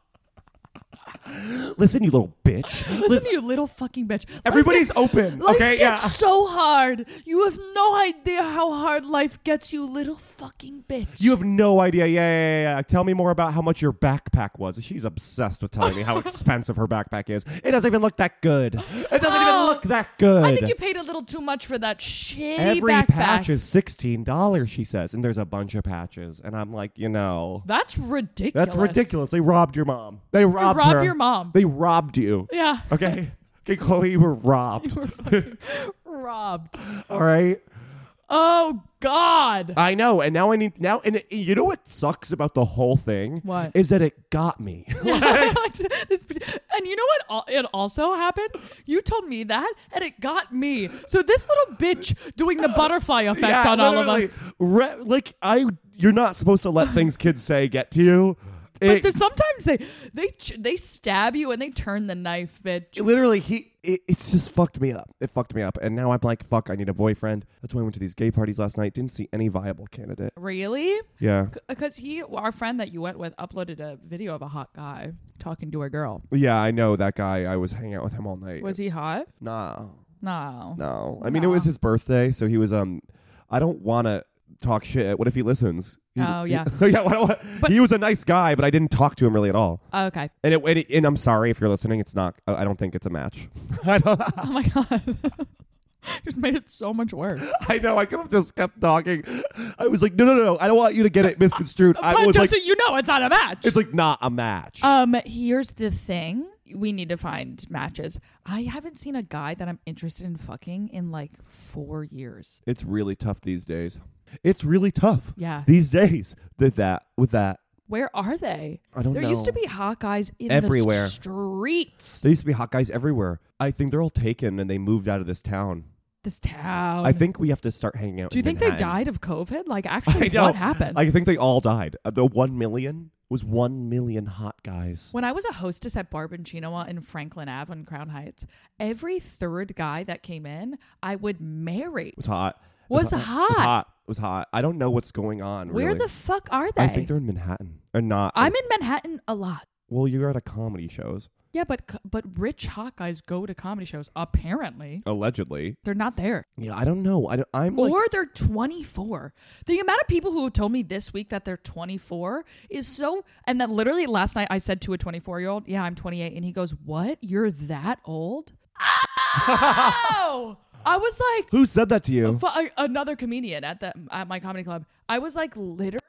C: listen you little bitch
D: Listen, you little fucking bitch. Life
C: everybody's
D: gets-
C: open
D: Life
C: okay
D: gets so hard. You have no idea how hard life gets you, little fucking bitch.
C: You have no idea. Yeah, yeah, yeah, yeah. Tell me more about how much your backpack was. She's obsessed with telling me how expensive her backpack is. It doesn't even look that good. It doesn't
D: Oh.
C: even look that good.
D: I think you paid a little too much for that shitty
C: Every
D: backpack.
C: patch is sixteen dollars, she says, and there's a bunch of patches, and I'm like, you know,
D: That's ridiculous.
C: that's ridiculous. They robbed your mom. They robbed,
D: robbed
C: her.
D: your mom.
C: They robbed you.
D: Yeah.
C: Okay, okay, Chloe, you were robbed.
D: We're fucking robbed.
C: All right.
D: Oh God.
C: I know, and now I need now, and it- you know what sucks about the whole thing?
D: What?
C: is that it got me.
D: This- and you know what? al- It also happened. You told me that, and it got me. So this little bitch doing the butterfly effect on all of
C: literally.
D: us.
C: Re- like I, you're not supposed to let things kids say get to you.
D: But
E: It-
D: there's sometimes they they ch- they stab you and they turn the knife, bitch.
C: Literally, he it, it's just fucked me up. It fucked me up, and now I'm like, fuck, I need a boyfriend. That's why I went to these gay parties last night. Didn't see any viable candidate.
D: Really?
C: Yeah,
D: Because he, our friend that you went with, uploaded a video of a hot guy talking to a girl.
C: yeah, I know that guy. I was hanging out with him all night.
D: Was he hot?
C: No,
D: No.
C: no. I mean, it was his birthday, so he was um. I don't want to talk shit. What if he listens? He-
D: Oh,
C: he-
D: yeah.
C: yeah. What, what,
D: But-
C: he was a nice guy, but I didn't talk to him really at all.
D: Oh, okay.
C: And it, and it- and I'm sorry if you're listening. It's not. I I don't think it's a match. I don't.
D: Oh my god. Just made it so much worse.
C: I know. I could have just kept talking. I was like, no, no, no, no. I don't want you to get it misconstrued. I was
D: just
C: like,
D: so you know, it's not a match.
C: it's like not a match.
D: um, here's the thing: we need to find matches. I haven't seen a guy that I'm interested in fucking in like four years.
C: it's really tough these days. It's really tough.
D: Yeah.
C: These days. With that. With that.
D: Where are they?
C: I don't
D: there
C: know.
D: used to be hot guys in
C: Everywhere.
D: the streets.
C: There used to be hot guys everywhere. I think they're all taken and they moved out of this town.
D: This town.
C: I think we have to start hanging out.
D: Do you
C: in
D: think they
C: Manhattan.
D: died of COVID? Like,
C: I
D: actually,
C: know.
D: what happened?
C: I think they all died. Uh, The one million was one million hot guys.
D: When I was a hostess at Barb and Chinoa in Franklin Ave in Crown Heights, every third guy that came in, I would marry.
C: It was hot. It
D: Was
C: It was
D: hot.
C: hot. It was hot. I don't know what's going on.
D: Where
C: really.
D: the fuck are they?
C: I think they're in Manhattan or not.
D: I'm in Manhattan a lot.
C: Well, you're at a comedy shows.
D: Yeah, but c- but rich hot guys go to comedy shows. Apparently,
C: Allegedly.
D: they're not there,
C: Yeah, I don't know. I don't, I'm like,
D: or they're 24. The amount of people who told me this week that they're 24 is so. And that literally last night I said to a 24 year old, "Yeah, I'm 28," and he goes, "What? You're that old?" Oh, I was like,
C: who said that to you?
D: Fu- I- another comedian at the at my comedy club. I was like, literally,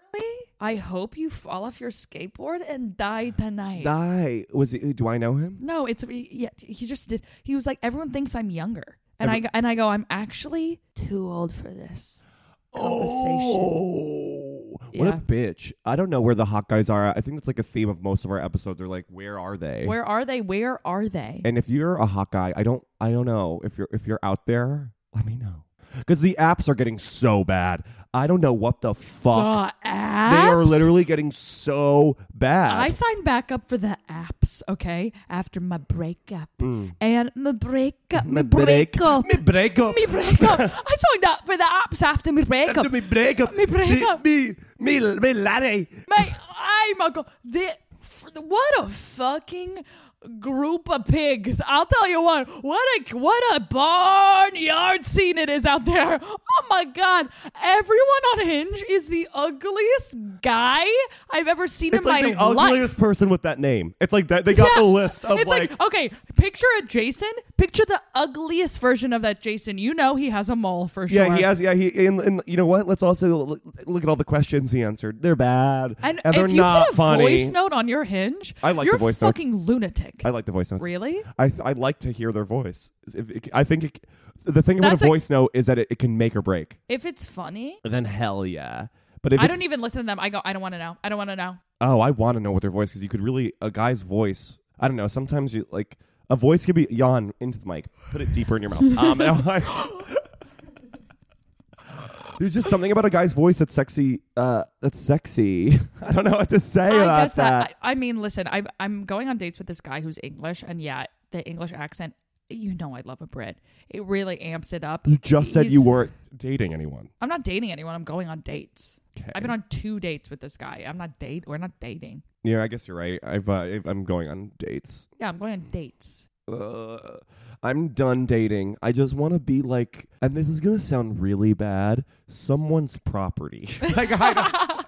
D: I hope you fall off your skateboard and die tonight.
C: Die. Was he, do I know him?
D: no, it's yeah. He just did. He was like, everyone thinks I'm younger, and I and I go, I'm actually too old for this conversation.
C: Oh, what a
D: Yeah.
C: bitch! I don't know where the hot guys are. I think that's like a theme of most of our episodes. Are like, where are they?
D: Where are they? Where are they?
C: And if you're a hot guy, I don't, I don't know if you're if you're out there. Let me know because the apps are getting so bad. I don't know what the fuck.
D: The
C: They are
D: apps?
C: literally getting so bad.
D: I signed back up for the apps, okay? After my breakup. And my breakup.
C: me
D: My,
C: Hmm. break,
D: breakup.
C: me break up,
D: Me breakup. I signed up for the apps after my breakup.
C: after me break up,
D: Me break
C: me,
D: up.
C: me, me, me laddie.
D: Mate, I'm a go- the, f- what a fucking group of pigs. I'll tell you what, what a what a barnyard scene it is out there. Oh my god. Everyone on Hinge is the ugliest guy I've ever seen
C: It's
D: in
C: like
D: my
C: the
D: life.
C: ugliest person with that name. It's like that. They got
D: Yeah.
C: the list of
D: it's like, oh, okay, picture a Jason, picture the ugliest version of that Jason. You know he has a mole for sure.
C: Yeah, he has. Yeah, he and, and you know what? Let's also look, look at all the questions he answered. They're bad,
D: And,
C: they're
D: if you
C: not
D: put a
C: funny.
D: voice note on your hinge,
C: I like the
D: you're
C: voice notes.
D: fucking lunatic.
C: I like the voice notes.
D: Really?
C: I I like to hear their voice. If it- I think it, the thing about
D: That's
C: a
D: like-
C: voice note is that it, it can make or break.
D: If it's funny,
C: Then hell yeah. But if
D: I
C: it's-
D: don't even listen to them. I go, I don't want to know. I don't want to know.
C: Oh, I want to know what their voice because you could really a guy's voice. I don't know. Sometimes you like a voice could be yawn into the mic, put it deeper in your mouth. Um, and I- there's just something about a guy's voice that's sexy. Uh, that's sexy. I don't know what to say
D: I
C: about
D: guess that. I, I mean, listen, I, I'm going on dates with this guy who's English, and yeah, the English accent. You know, I love a Brit. It really amps it up.
C: you just said
D: He's-
C: you weren't dating anyone.
D: I'm not dating anyone. I'm going on dates.
C: Okay.
D: I've been on two dates with this guy. I'm not date. We're not dating.
C: Yeah, I guess you're right. I've uh, I've- I'm going on dates.
D: Yeah, I'm going on dates.
C: Uh, I'm done dating. I just want to be like, and this is gonna sound really bad. Someone's property. like I,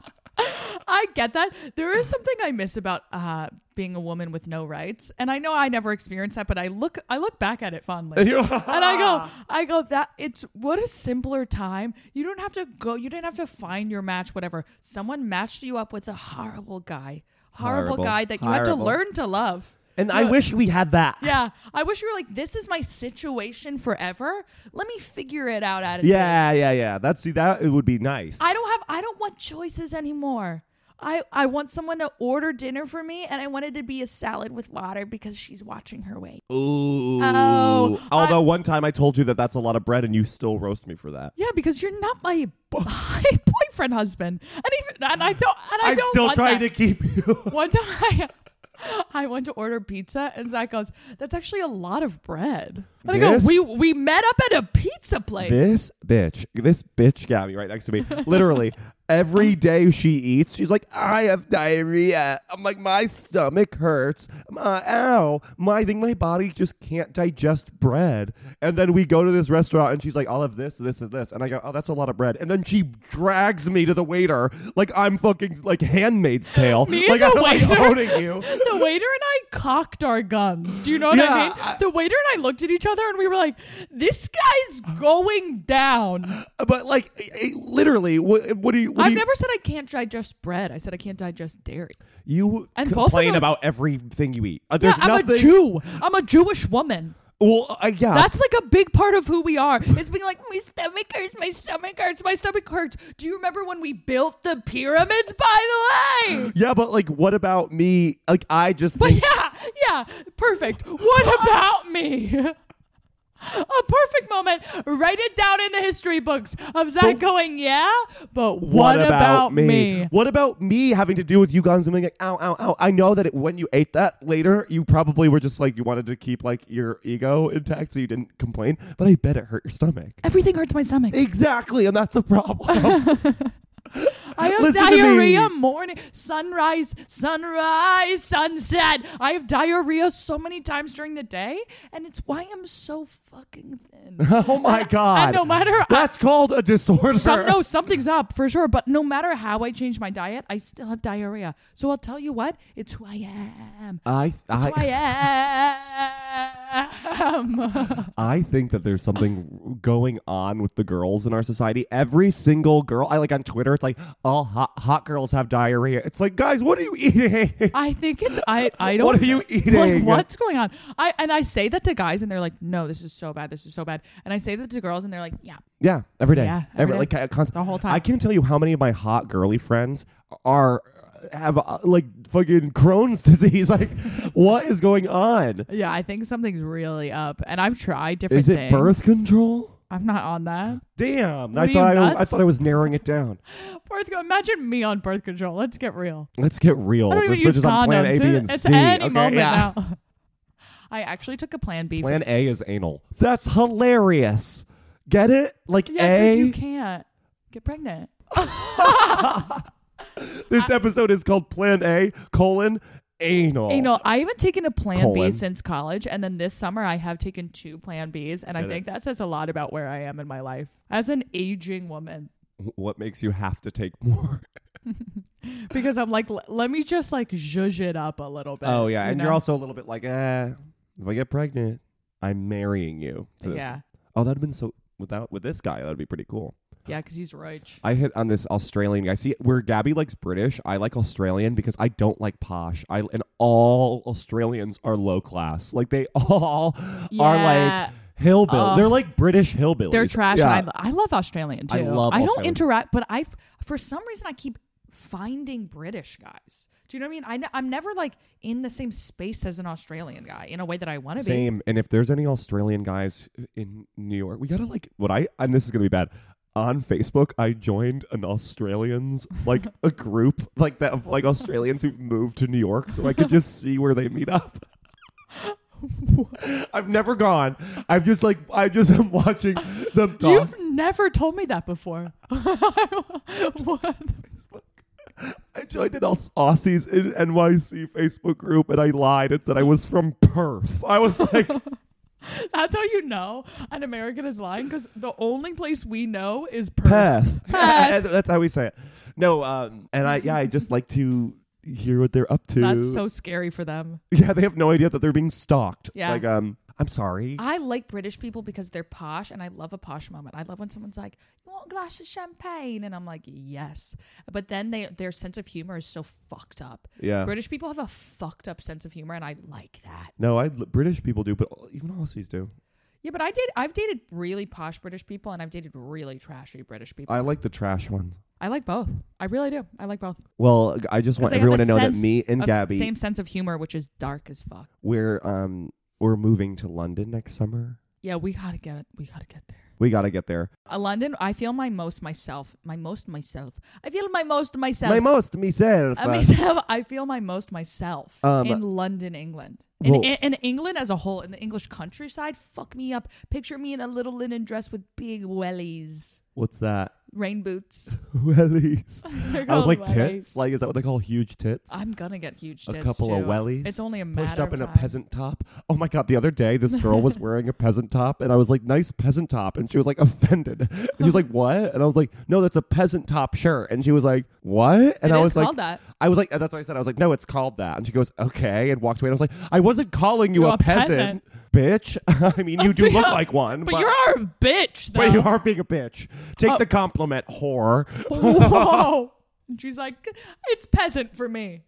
D: I get that. There is something I miss about uh, being a woman with no rights, and I know I never experienced that, but I look I look back at it fondly. and I go, I go that it's what a simpler time. You don't have to go. You didn't have to find your match. Whatever. Someone matched you up with a horrible guy, horrible,
C: Horrible.
D: guy that you had to
C: Horrible.
D: learn to love.
C: And I wish we had that.
D: Yeah, I wish you were like, this is my situation forever. Let me figure it out. Out of
C: Yeah, yeah, yeah. That's see that it would be nice.
D: I don't have. I don't want choices anymore.
E: I, I want someone to order dinner for me, and I want it to be a salad with water because she's watching her weight.
C: Ooh.
E: Oh,
C: Although one time I told you that that's a lot of bread, and you still roast me for that.
D: Yeah, because you're not my my boyfriend husband, and even and I don't and I
C: I'm
D: don't
C: still
D: want
C: trying
D: that.
C: to keep you.
D: One time, I, I went to order pizza, and Zach goes, "That's actually a lot of bread." And I go,
C: This-
D: "We we met up at a pizza place."
C: This bitch, this bitch Gabby right next to me. Literally, every day she eats, she's like, I have diarrhea. I'm like, my stomach hurts. My, ow. My I think my body just can't digest bread. And then we go to this restaurant and she's like, I'll have this, this, and this. And I go, Oh, that's a lot of bread. And then she drags me to the waiter like I'm fucking like handmaid's tale.
D: Me and
C: like
D: the
C: I'm like
D: waiter.
C: owning you.
D: The waiter and I cocked our guns. Do you know what
C: Yeah,
D: I mean?
C: I-
D: the waiter and I looked at each other and we were like, "This guy's going down."
C: But like, I- I- literally, what, what do you? What
D: I've
C: do you,
D: never said I can't digest bread. I said I can't digest dairy.
C: You
D: And both of
C: complain
D: those-
C: about everything you eat. Uh, There's
D: yeah, I'm
C: nothing.
D: a Jew. I'm a Jewish woman.
C: Well, uh, yeah.
D: That's like a big part of who we are.
E: It's being like, my stomach hurts, my stomach hurts, my stomach hurts.
D: Do you remember when we built the pyramids, by the way?
C: yeah, but like, what about me? Like, I just
D: But
C: think
D: yeah, yeah, perfect. What about me? A perfect moment. Write it down in the history books of Zach
C: But-
D: going, yeah, but what, about, me?
C: What about me having to do with you guys and being like, ow, ow, ow? I know that it, when you ate that later, you probably were just like you wanted to keep like your ego intact, so you didn't complain. But I bet it hurt your stomach.
D: Everything hurts my stomach.
C: Exactly, and that's a problem.
D: I have
C: Listen to me.
D: diarrhea morning, sunrise, sunrise, sunset. I have diarrhea so many times during the day, and it's why I'm so fucking thin.
C: oh my god!
D: no matter-
C: that's called a disorder.
D: Some, no, something's up for sure, but no matter how I change my diet, I still have diarrhea. So I'll tell you what, it's who I am.
C: I, Uh, I,
D: Who I am.
C: I think that there's something going on with the girls in our society. Every single girl, I like on Twitter, it's like all hot, hot girls have diarrhea. It's like, guys, what are you eating?
D: I think it's I. I don't.
C: What are you eating?
D: Like, what's going on? I and I say that to guys, and they're like, "No, this is so bad. This is so bad." And I say that to girls, and they're like, "Yeah,
C: Yeah, every day.
D: Yeah,
C: every,
D: every
C: like
D: day.
C: uh, const-
D: The whole time.
C: I can't tell you how many of my hot girly friends are have uh, like fucking Crohn's disease. Like, what is going on?
D: yeah." I think something's really up, and I've tried different.
C: Is it
D: things.
C: birth control?
D: I'm not on that.
C: Damn,
D: are
C: I
D: you,
C: thought I, I
D: nuts?
C: thought I was narrowing it down.
D: Birth. control. Imagine me on birth control. Let's get real.
C: Let's get real.
D: I don't
C: Oh, This
D: even
C: bitch
D: use
C: is on plan
D: condoms.
C: A, B, and
D: It's- it's
C: C.
D: any
C: okay,
D: moment
C: yeah.
D: now. I actually took a Plan B. for-
C: Plan A is anal. That's hilarious. Get it? Like
D: yeah, because you
C: A.
D: can't get pregnant.
C: This episode is called Plan A colon anal.
D: You know, I haven't taken a plan
C: Oh. Colon.
D: B since college, and then this summer I have taken two plan Bs, and I
C: Get it.
D: think that says a lot about where I am in my life as an aging woman.
C: What makes you have to take more?
D: Because I'm like, "L- let me just like zhuzh it up a little bit.
C: Oh yeah,
D: you
C: and
D: know?
C: you're also a little bit like, eh, if I get pregnant, I'm marrying you. to this.
D: yeah,
C: Oh, that'd been so without with this guy, that'd be pretty cool.
D: yeah, because he's rich.
C: I hit on this Australian guy. See, where Gabby likes British, I like Australian because I don't like posh. I and all Australians are low class. Like they all are
D: Yeah.
C: like hillbill.
D: Ugh.
C: They're like British hillbillies.
D: They're trash.
C: Yeah.
D: And I, I love Australian too.
C: I love
D: I don't
C: Australian.
D: interact, but I for some reason I keep finding British guys. Do you know what I mean? I ne- I'm never like in the same space as an Australian guy in a way that I want to be.
C: Same. And if there's any Australian guys in New York, we gotta like what I and this is gonna be bad. On Facebook, I joined an Australians like a group like that of like Australians who've moved to New York, so I could just see where they meet up. I've never gone. I've just like I just am watching them talk.
D: You've never told me that before. what?
C: I joined an Aus- Aussies in NYC Facebook group, and I lied and said I was from Perth. I was like,
D: That's how you know an American is lying because the only place we know is Perth.
C: Perth.
D: Perth.
C: That's how we say it. No, um, and I yeah, I just like to hear what they're up to.
D: That's so scary for them.
C: yeah. They have no idea that they're being stalked.
D: Yeah.
C: Like um, I'm sorry.
D: I like British people because they're posh, and I love a posh moment. I love when someone's like, "You want a glass of champagne?" and I'm like, "Yes," but then they their sense of humor is so fucked up.
C: Yeah.
D: British people have a fucked up sense of humor, and I like that.
C: no, I British people do, but even Aussies do.
D: Yeah, but I did. I've dated really posh British people, and I've dated really trashy British people.
C: I like the trash ones.
D: I like both. I really do. I like both.
C: Well, I just
D: 'Cause
C: want
D: they have
C: everyone
D: the
C: to know that
D: sense
C: me and
D: Of
C: Gabby
D: Same sense of humor, which is dark as fuck.
C: we're um we're moving to London next summer.
D: Yeah, we gotta get it. We gotta get there.
C: We got to get there.
D: Uh, London, I feel my most myself. My most myself. I feel my most myself.
C: My most uh, myself.
D: I, myself, I feel my most myself
C: Um,
D: in London, England. In,
C: well-
D: in, in England as a whole, in the English countryside, fuck me up. Picture me in a little linen dress with big wellies,
C: What's that?
D: rain boots.
C: Wellies.
D: They're
C: I was
D: called
C: like
D: wellies.
C: tits. Like is that what they call huge tits?
D: I'm gonna get huge.
C: a
D: Tits
C: couple of
D: too.
C: wellies.
D: It's only a matter
C: pushed up
D: of
C: in a
D: time.
C: peasant top. Oh my god! The other day, this girl was wearing a peasant top, and I was like, "Nice peasant top," and she was like offended. And she was like, "What?" And I was like, "No, that's a peasant top shirt." And she was like, "What?" And
D: It
C: I
D: is
C: was like,
D: called that.
C: "I was like, that's what I said." I was like, "No, it's called that." And she goes, "Okay," and walked away. And I was like, "I wasn't calling you
D: You're
C: a,
D: a
C: peasant, bitch. I mean, you do look
D: yeah,
C: like one,
D: But, you are a bitch, though.
C: but you are being a bitch. Take
D: Oh.
C: the compliment, whore."
D: Whoa. And she's like, it's peasant for me.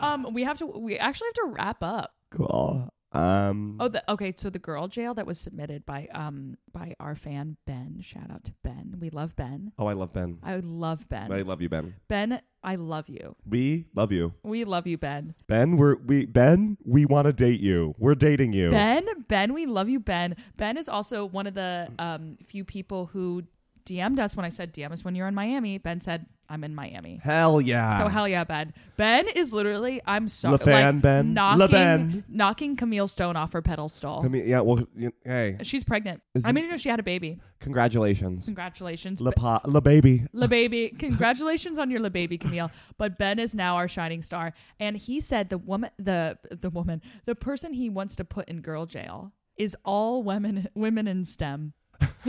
D: Um, we have to. We actually have to wrap up.
C: Cool. Um,
D: Oh, the, okay. So the girl jail that was submitted by um by our fan Ben. Shout out to Ben. We love Ben.
C: oh, I love Ben.
D: I love Ben.
C: I love you, Ben.
D: ben, I love you.
C: We love you.
D: We love you, Ben.
C: Ben, we're we Ben, we want to date you. We're dating you.
D: Ben, Ben, we love you, Ben. Ben is also one of the um few people who DM'd us when I said DM us when you're in Miami. Ben said I'm in Miami.
C: Hell yeah.
D: So hell yeah, Ben. Ben is literally I'm so
C: LeFan
D: like,
C: Ben.
D: knocking
C: LeBen.
D: knocking Camille Stone off her pedestal.
C: I mean, yeah, well, y- hey,
D: She's pregnant.
C: Is
D: I
C: it-
D: mean, you know, she had a baby.
C: congratulations.
D: Congratulations,
C: La, pa, la baby.
D: La baby. Congratulations on your La baby, Camille. But Ben is now our shining star, and he said the woman, the the woman, the person he wants to put in girl jail is all women women in STEM.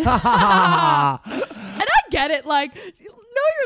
C: Ah,
D: And I get it. Like, know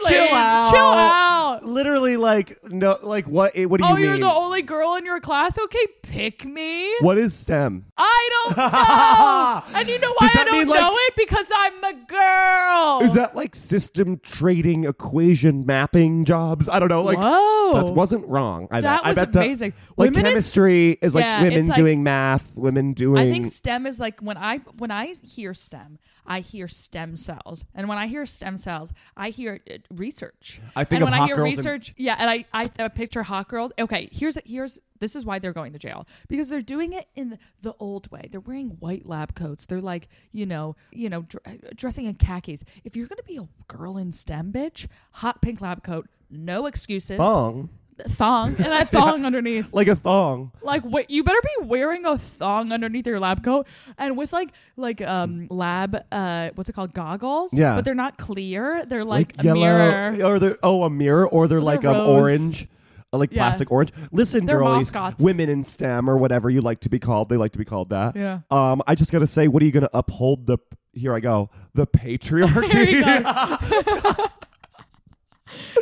D: your
C: Chill
D: lane.
C: out.
D: Chill out.
C: Literally like no like what eh, what do
D: oh,
C: you
D: you're
C: mean?
D: the only girl in your class. Okay, pick me.
C: what is STEM?
D: I don't know. and you know why
C: Does
D: I
C: that
D: don't
C: mean, like-
D: know it? Because I'm a girl.
C: Is that like system trading equation mapping jobs? I don't know like
D: Whoa.
C: That wasn't wrong. I
D: That
C: bet. I
D: was
C: bet the-
D: amazing.
C: like
D: Women in-
C: chemistry is like
D: Yeah,
C: women
D: it's like-
C: doing math, women doing.
D: I think STEM is like when I when I hear STEM, I hear stem cells, and when I hear stem cells, I hear uh, research.
C: I think
D: and
C: of
D: when
C: hot
D: I hear
C: girls and-
D: research, yeah, and I I uh, picture hot girls. Okay, here's here's this is why they're going to jail because they're doing it in the old way. They're wearing white lab coats. They're like you know you know dr- uh, dressing in khakis. If you're gonna be a girl in STEM, bitch, hot pink lab coat, no excuses,
C: thong
D: thong, and a thong underneath.
C: like a thong.
D: Like what you better be wearing a thong underneath your lab coat and with like like um lab uh what's it called goggles
C: Yeah.
D: but they're not clear they're like,
C: like,
D: a
C: yellow
D: mirror
C: or they're oh a mirror or they're like um,
D: rose.
C: orange uh, like
D: Yeah.
C: plastic orange listen
D: They're
C: girlies
D: mascots.
C: women in stem or whatever you like to be called they like to be called that
D: Yeah.
C: um i just gotta say what are you gonna uphold the here i go the patriarchy
D: Here you go.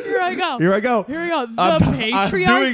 D: here I go
C: Here I go
D: Here we go the
C: I'm- I'm
D: patriarchy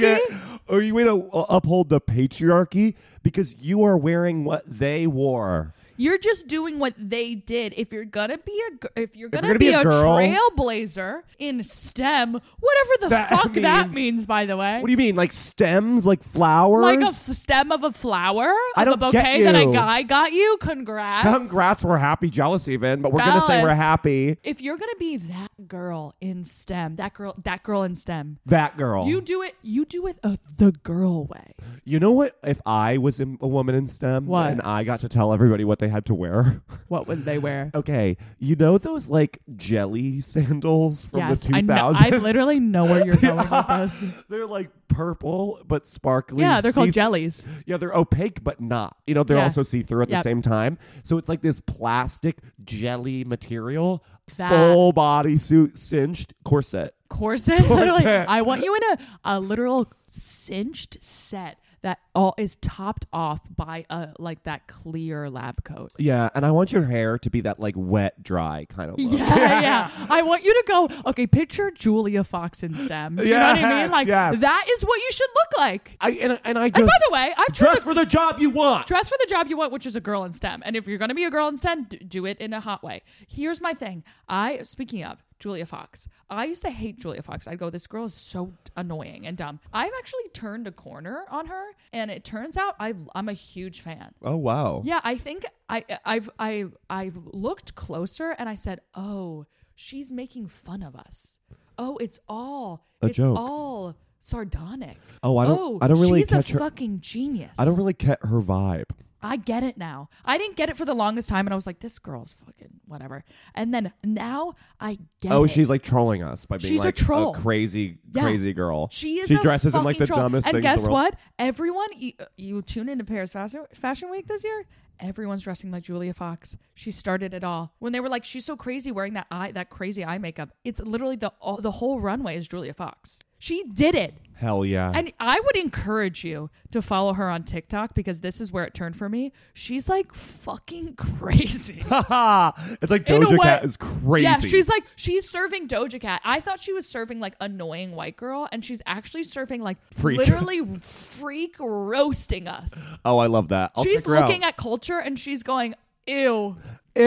C: doing it. Are you going to uphold the patriarchy because you are wearing what they wore?
D: you're just doing what they did if you're gonna be a gir- if you're gonna,
C: gonna
D: be,
C: be
D: a,
C: a girl-
D: trailblazer in STEM whatever the
C: That
D: fuck that
C: means-
D: means by the way
C: What do you mean, like stems, like flowers?
D: like a f- stem of a flower of
C: I
D: a
C: don't get
D: bouquet that I
C: you.
D: got, I got you congrats
C: Congrats, we're happy, jealous even, but we're gonna say we're
D: Jealous.
C: happy.
D: if you're gonna be that girl in STEM, that girl, that girl in STEM,
C: That girl.
D: you do it. You do it uh, the girl way.
C: You know what? If I was in, a woman in STEM
D: What?
C: and I got to tell everybody what they had to wear.
D: What would they wear?
C: okay, you know those like jelly sandals from
D: yes,
C: the
D: I
C: 2000s?
D: know. I literally know where you're going with this.
C: They're like purple but sparkly.
D: Yeah, they're
C: see-
D: called jellies.
C: Yeah, they're opaque but not. You know, they're
D: Yeah.
C: also see through at the
D: Yep.
C: same time. So it's like this plastic jelly material,
D: That-
C: full body suit, cinched corset.
D: Corset. Literally,
C: Corset.
D: I want you in a a literal cinched set that all is topped off by a like that clear lab coat.
C: Yeah, and I want your hair to be that like wet, dry kind of look.
D: Yeah, yeah. I want you to go, okay, picture Julia Fox in STEM. Do you know what I mean?
C: Yes,
D: Like,
C: yes.
D: that is what you should look like.
C: I and, and I just
D: And by the way, I've tried
C: dress
D: to
C: for the job you want.
D: dress for the job you want, which is a girl in STEM. And if you're going to be a girl in STEM, d- do it in a hot way. Here's my thing. I speaking of Julia Fox, I used to hate Julia Fox. I'd go, this girl is so annoying and dumb. I've actually turned a corner on her, and it turns out I, I'm a huge fan.
C: Oh wow.
D: Yeah, I think I I've I I've looked closer and I said, "Oh, she's making fun of us. Oh, it's all
C: A
D: it's
C: joke.
D: all sardonic.
C: Oh, I don't-
D: Oh,
C: I don't really
D: she's
C: catch
D: a
C: her-
D: fucking genius.
C: I don't really get her vibe.
D: I get it now. I didn't get it for the longest time, and I was like, "This girl's fucking whatever." And then now I get.
C: Oh,
D: it.
C: she's like trolling us by being
D: She's a
C: like
D: troll.
C: crazy,
D: Yeah.
C: crazy girl.
D: She is.
C: She
D: a
C: dresses in like
D: fucking
C: the
D: troll.
C: dumbest
D: And
C: things in the
D: guess
C: world.
D: what? Everyone, you, you tune into Paris Fashion, Fashion Week this year. Everyone's dressing like Julia Fox. She started it all when they were like, "She's so crazy wearing that eye, that crazy eye makeup." It's literally the all, the whole runway is Julia Fox. She did it.
C: Hell yeah.
D: And I would encourage you to follow her on TikTok because this is where it turned for me. She's like fucking crazy.
C: it's like
D: In a
C: Doja
D: way-
C: Cat is crazy.
D: Yeah, she's like she's serving Doja Cat. I thought she was serving like annoying white girl, and she's actually serving like
C: Freak.
D: literally freak roasting us.
C: oh, I love that. I'll
D: she's
C: check her out.
D: looking at culture and she's going, "Ew,
C: Ew.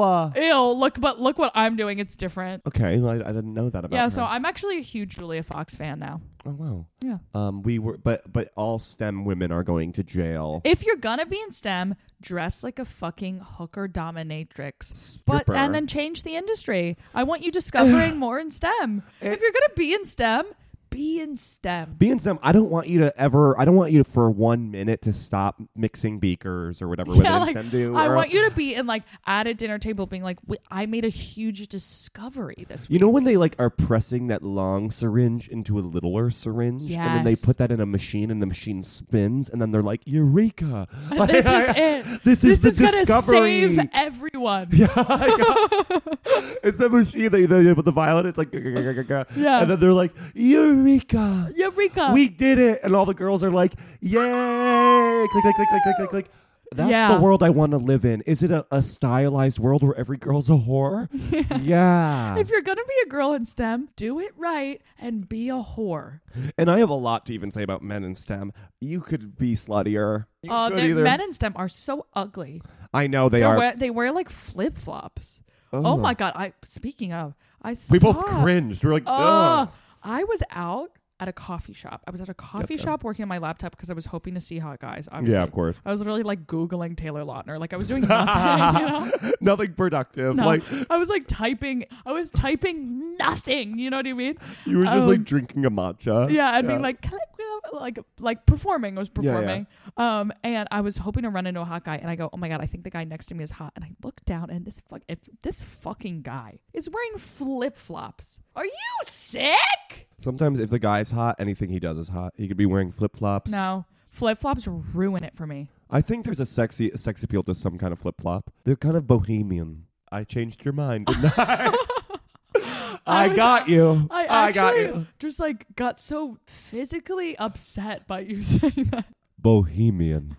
C: uh,
D: ew, look, but look what I'm doing. It's different."
C: Okay, well, I, I didn't know that about.
D: Yeah,
C: her.
D: so I'm actually a huge Julia Fox fan now.
C: oh wow.
D: Yeah.
C: Um, we were, but but all STEM women are going to jail.
D: If you're gonna be in STEM, dress like a fucking hooker dominatrix, but
C: Stripper.
D: and then change the industry. I want you discovering more in STEM. if you're gonna be in STEM, be in STEM.
C: Being STEM, I don't want you to ever. I don't want you to, for one minute to stop mixing beakers or whatever women in STEM do.
D: I
C: or-
D: want you to be in like at a dinner table being like, "W- I made a huge discovery this
C: You
D: week.
C: know when they like are pressing that long syringe into a littler syringe, and then they
D: Yes.
C: put that in a machine, and the machine spins, and then they're like, "Eureka! Like,
D: this is it.
C: This, is
D: This
C: the
D: is
C: discovery.
D: gonna save everyone.
C: it's the machine they they put the violet. It's like, yeah.
D: Yeah.
C: and then they're like, "Eureka!
D: Eureka!
C: We did it!" And all the girls are like, "Yay! Click, click, click, click, click, click, click." That's
D: Yeah.
C: the world I want to live in. Is it a, a stylized world where every girl's a whore? yeah.
D: if you're gonna be a girl in STEM, do it right and be a whore.
C: And I have a lot to even say about men in STEM. You could be sluttier. You
D: Oh,
C: could
D: they're-
C: either-
D: men in STEM are so ugly.
C: I know they
D: They're
C: are.
D: Wear, they wear like flip flops. Oh. my god! I speaking of, I
C: we both
D: saw-
C: cringed. We were like, ugh.
D: Ugh. I was out at a coffee shop. I was at a coffee shop working on my laptop because I was hoping to see hot guys. Obviously.
C: Yeah, of course.
D: I was literally like googling Taylor Lautner. Like I was doing nothing. you know?
C: Nothing productive.
D: No.
C: Like
D: I was like typing. I was typing nothing. You know what I mean?
C: you were just like
D: Um,
C: drinking a matcha.
D: yeah, and being like, "Can I- like, like performing. I was
C: yeah.
D: performing. Um, and I was hoping to run into a hot guy, and I go, oh my god, I think the guy next to me is hot. And I look down, and this fuck, it's, this fucking guy is wearing flip flops. Are you sick?
C: Sometimes if the guy's hot, anything he does is hot. He could be wearing flip flops.
D: No, flip flops ruin it for me.
C: I think there's a sexy a sex appeal to some kind of flip flop. They're kind of bohemian. I changed your mind. didn't I? I,
D: was-
C: got you.
D: I
C: I
D: actually
C: got you.
D: just like got so physically upset by you saying that.
C: Bohemian.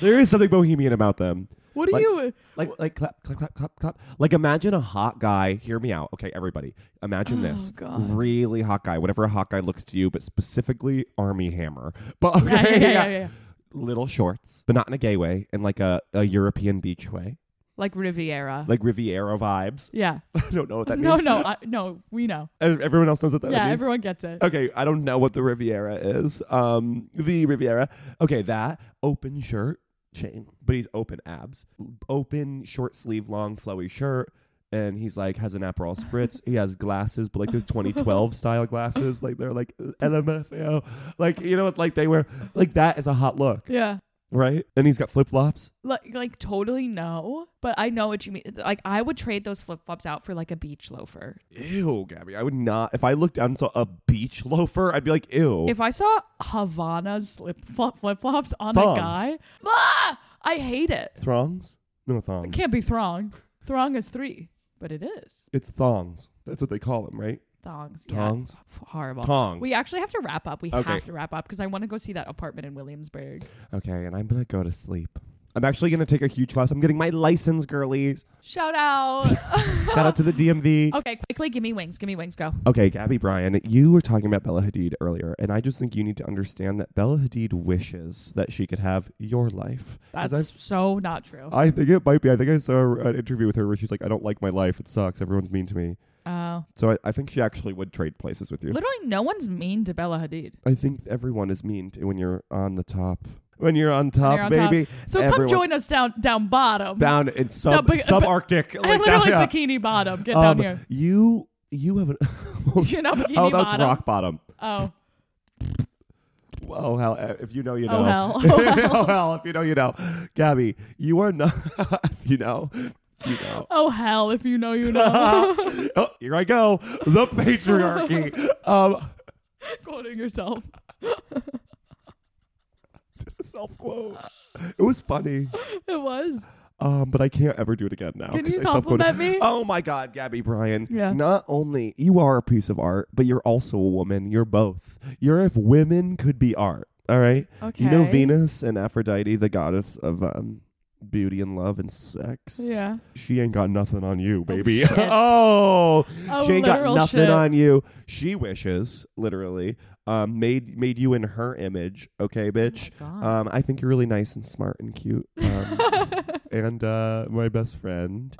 C: There is something bohemian about them.
D: What do
C: Like-
D: you?
C: Like like clap clap clap clap clap. Like imagine a hot guy. Hear me out, okay, everybody. Imagine this
D: Oh, God.
C: really hot guy. Whenever a hot guy looks to you, but specifically Army Hammer. But okay,
D: Yeah, yeah, yeah, yeah, yeah.
C: little shorts, but not in a gay way, in like a, a European beach way,
D: Like Riviera.
C: like Riviera vibes.
D: yeah.
C: I don't know what that
D: No,
C: means.
D: no, I, no. We know.
C: Ev- Everyone else knows what that
D: yeah,
C: means.
D: everyone gets it.
C: Okay, I don't know what the Riviera is. Um, the Riviera. Okay, that open shirt chain, but he's open abs, open short sleeve, long flowy shirt, and he's like has an Aperol spritz. he has glasses, but like those 2012 style glasses, like they're like LMFAO, like you know what, like they wear like that is a hot look,
D: Yeah.
C: right? And he's got flip flops.
D: Like, like totally no, but I know what you mean. Like, I would trade those flip flops out for like a beach loafer.
C: Ew, Gabby, I would not. If I looked down and saw a beach loafer, I'd be like, ew.
D: If I saw Havana's slip flop flip flops on
C: Thongs.
D: a guy, ah, I hate it.
C: throngs? No thongs.
D: It can't be throng. Throng is three, but it is
C: It's thongs. That's what they call them, right?
D: thongs.
C: Tongs?
D: Yeah. F- Horrible.
C: Tongs.
D: We actually have to wrap up. We
C: Okay.
D: have to wrap up because I want to go see that apartment in Williamsburg.
C: Okay, and I'm gonna go to sleep. I'm actually gonna take a huge class. I'm getting my license, girlies.
D: Shout out.
C: Shout out to the DMV.
D: okay, quickly, give me wings. Give me wings. Go.
C: Okay, Gabby Bryan, you were talking about Bella Hadid earlier, and I just think you need to understand that Bella Hadid wishes that she could have your life. 'Cause
D: That's so not true.
C: I've- I think it might be. I think I saw an interview with her where she's like, "I don't like my life. It sucks. Everyone's mean to me."
D: Oh,
C: So I, I think she actually would trade places with you.
D: literally, no one's mean to Bella Hadid.
C: I think everyone is mean to when you're on the top. when you're on top,
D: You're on top.
C: baby.
D: So come
C: Everyone-
D: join us down down bottom.
C: down in sub
D: but- but-
C: subarctic.
D: I
C: like down,
D: literally
C: yeah.
D: bikini bottom. Get
C: Um,
D: down here.
C: You you have an
D: You're not bikini
C: oh that's
D: bottom.
C: rock bottom.
D: Oh.
C: Oh hell! If you know, you know.
D: Oh, hell.
C: oh hell! If you know, you know. Gabby, you are not. if you know, you know.
D: Oh hell, if you know you know.
C: Oh, here I go. The patriarchy. um,
D: Quoting yourself.
C: self quote. It was funny,
D: It was.
C: um, but I can't ever do it again now.
D: Can
C: 'cause
D: you
C: I self-quoted-
D: compliment me?
C: Oh my God, Gabby Bryan.
D: Yeah.
C: Not only you are a piece of art, but you're also a woman. You're both. You're if women could be art. All right. You know
D: Okay.
C: Venus and Aphrodite, the goddess of um, beauty and love and sex.
D: Yeah.
C: She ain't got nothing on you, baby.
D: shit.
C: Oh,
D: Oh,
C: she ain't got
D: literal
C: nothing
D: shit.
C: on you. She wishes, literally, um, made made you in her image.
D: Oh
C: Okay, bitch. um, I think you're really nice and smart and cute. Um, and uh, my best friend.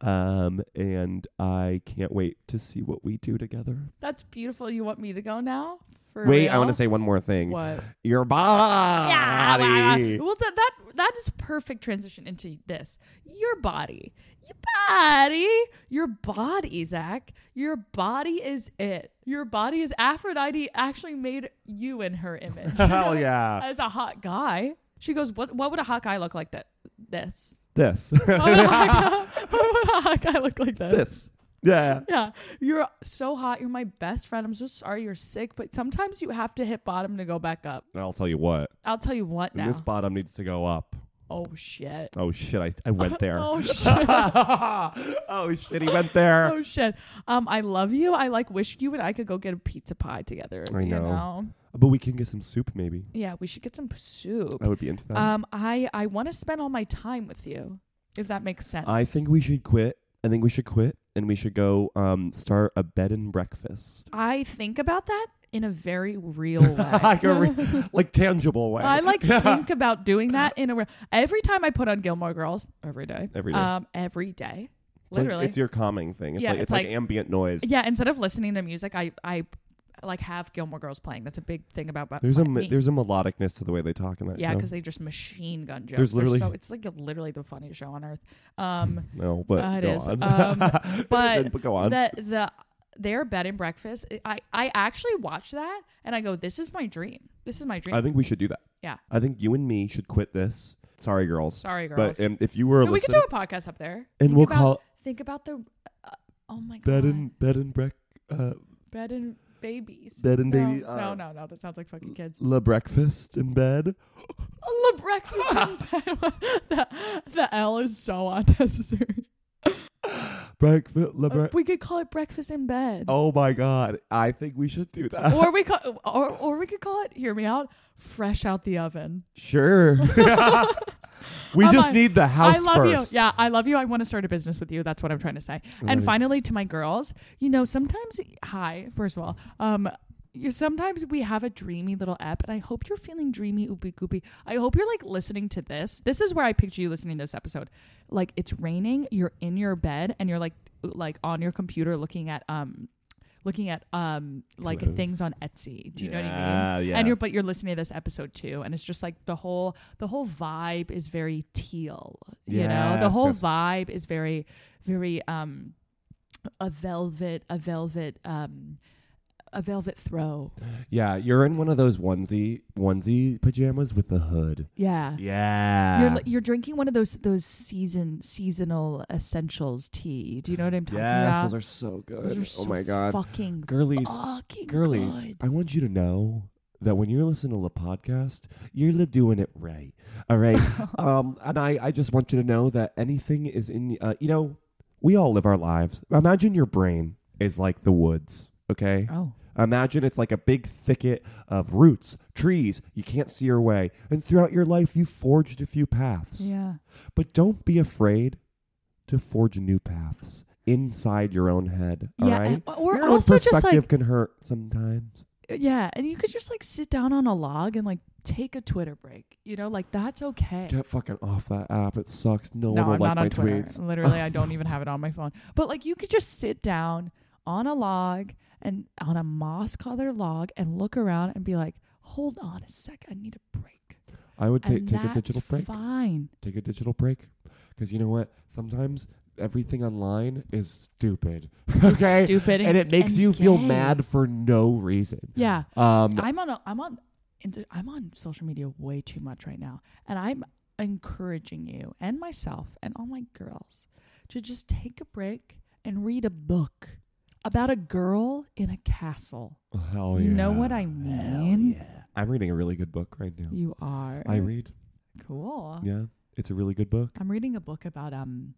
C: Um, and I can't wait to see what we do together.
D: That's beautiful. You want me to go now? For
C: wait, I
D: real?
C: want to say one more thing.
D: what?
C: Your body.
D: Yeah, wow, wow. Well, that that that is perfect transition into this. Your body, your body, your body, Zach. Your body is it. Your body is Aphrodite. Actually, made you in her image.
C: Hell yeah.
D: As a hot guy, she goes, "What? What would a hot guy look like that? This?
C: This.
D: What would a hot guy, what would a hot guy look like this?
C: this. Yeah.
D: Yeah, you're so hot. You're my best friend. I'm so sorry you're sick, but sometimes you have to hit bottom to go back up.
C: And I'll tell you what.
D: I'll tell you what now.
C: This bottom needs to go up.
D: oh shit.
C: Oh shit, I, I went there.
D: Oh shit!
C: oh shit, he went there.
D: oh shit! Um, I love you. I like wish you and I could go get a pizza pie together.
C: I
D: you
C: know.
D: know?
C: But we can get some soup maybe.
D: Yeah, we should get some soup.
C: I would be into that.
D: Um, I I want to spend all my time with you, if that makes sense.
C: I think we should quit. I think we should quit and we should go um start a bed and breakfast.
D: I think about that in a very real way.
C: like a re- like tangible way.
D: I like think about doing that in a re- every time I put on Gilmore Girls every day.
C: Every day.
D: Um, every day.
C: It's like-
D: Literally.
C: it's your calming thing. It's
D: Yeah,
C: like it's,
D: it's
C: like,
D: like-
C: ambient noise.
D: yeah. Instead of listening to music, I I like have Gilmore Girls playing. That's a big thing about. about
C: There's a
D: me.
C: me- there's a melodicness to the way they talk in that
D: Yeah,
C: show.
D: because they just machine gun jokes.
C: There's
D: They're
C: literally-
D: so it's like literally the funniest show on earth. Um,
C: no, but
D: uh, it
C: go
D: is.
C: on.
D: Um,
C: It
D: but
C: isn't, go on.
D: the the their bed and breakfast. I I actually watch that and I go, this is my dream. This is my dream.
C: I think we should do that.
D: yeah.
C: I think you and me should quit this. Sorry, girls.
D: Sorry, girls.
C: But um, if you were
D: No, we could
C: listening,
D: do a podcast up there.
C: And
D: Think
C: we'll
D: about,
C: call-
D: Think about the. Uh, oh my god.
C: bed and bed and break uh,
D: bed and babies.
C: Bed and
D: no,
C: baby,
D: no,
C: uh,
D: no, no. That sounds like fucking kids.
C: la breakfast in bed.
D: Oh, the breakfast in bed. the, the L is so unnecessary.
C: Breakfast la bre-
D: we could call it breakfast in bed.
C: Oh my god. I think we should do that.
D: or we call or, or we could call it hear me out fresh out the oven
C: Sure. we
D: Um,
C: just
D: I-
C: need the house
D: i love
C: first.
D: you yeah i love you i want to start a business with you that's what i'm trying to say and finally to my girls you know sometimes hi first of all um you- Sometimes we have a dreamy little app, and I hope you're feeling dreamy, oopy goopy. I hope you're like listening to this. This is where I picture you listening to this episode. Like it's raining, you're in your bed, and you're like like on your computer looking at um looking at um like
C: Clothes.
D: things on Etsy. Do you know what
C: Yeah,
D: I mean?
C: yeah.
D: And you're but you're listening to this episode too, and it's just like the whole the whole vibe is very teal. you know, the
C: Yes,
D: whole
C: yes.
D: vibe is very very um a velvet a velvet um a velvet throw.
C: Yeah, you're in one of those onesie onesie pajamas with the hood.
D: Yeah.
C: Yeah.
D: You're, li- you're drinking one of those those season seasonal essentials tea. Do you know what I'm talking
C: yes,
D: about?
C: those are so good.
D: Those are
C: oh
D: so
C: my god.
D: fucking
C: Girlies,
D: fucking
C: girlies,
D: good.
C: I want you to know that when you're listening to the podcast, you're li- doing it right. All right. um, and I, I just want you to know that anything is in, uh, you know, we all live our lives. Imagine your brain is like the woods, okay?
D: Oh.
C: Imagine it's like a big thicket of roots, trees. You can't see your way. And throughout your life, you forged a few paths.
D: Yeah.
C: But don't be afraid to forge new paths inside your own head. All
D: Yeah,
C: right,
D: and- or
C: your
D: also
C: own
D: just, like-
C: perspective can hurt sometimes.
D: Yeah, and you could just like sit down on a log and like take a Twitter break. You know, like that's okay.
C: Get fucking off that app. It sucks. No,
D: no,
C: one will
D: I'm
C: like
D: not
C: my
D: on Twitter.
C: tweets.
D: Literally, I don't even have it on my phone. But like you could just sit down on a log and on a moss colored log and look around and be like, "Hold on a sec, I need a break."
C: I would ta-
D: And
C: take a
D: that's
C: digital break.
D: Fine.
C: Take a digital break. Because you know what? Sometimes everything online is stupid. okay?
D: Stupid.
C: And it makes
D: and
C: you feel
D: gay.
C: mad for no reason.
D: Yeah.
C: Um,
D: I'm on. A, I'm on. inter- I'm on social media way too much right now, and I'm encouraging you and myself and all my girls to just take a break and read a book about a girl in a castle.
C: oh, hell
D: you
C: yeah.
D: know what I mean?
C: I'm reading a really good book right now.
D: You are.
C: I read.
D: Cool.
C: Yeah. It's a really good book.
D: I'm reading a book about um,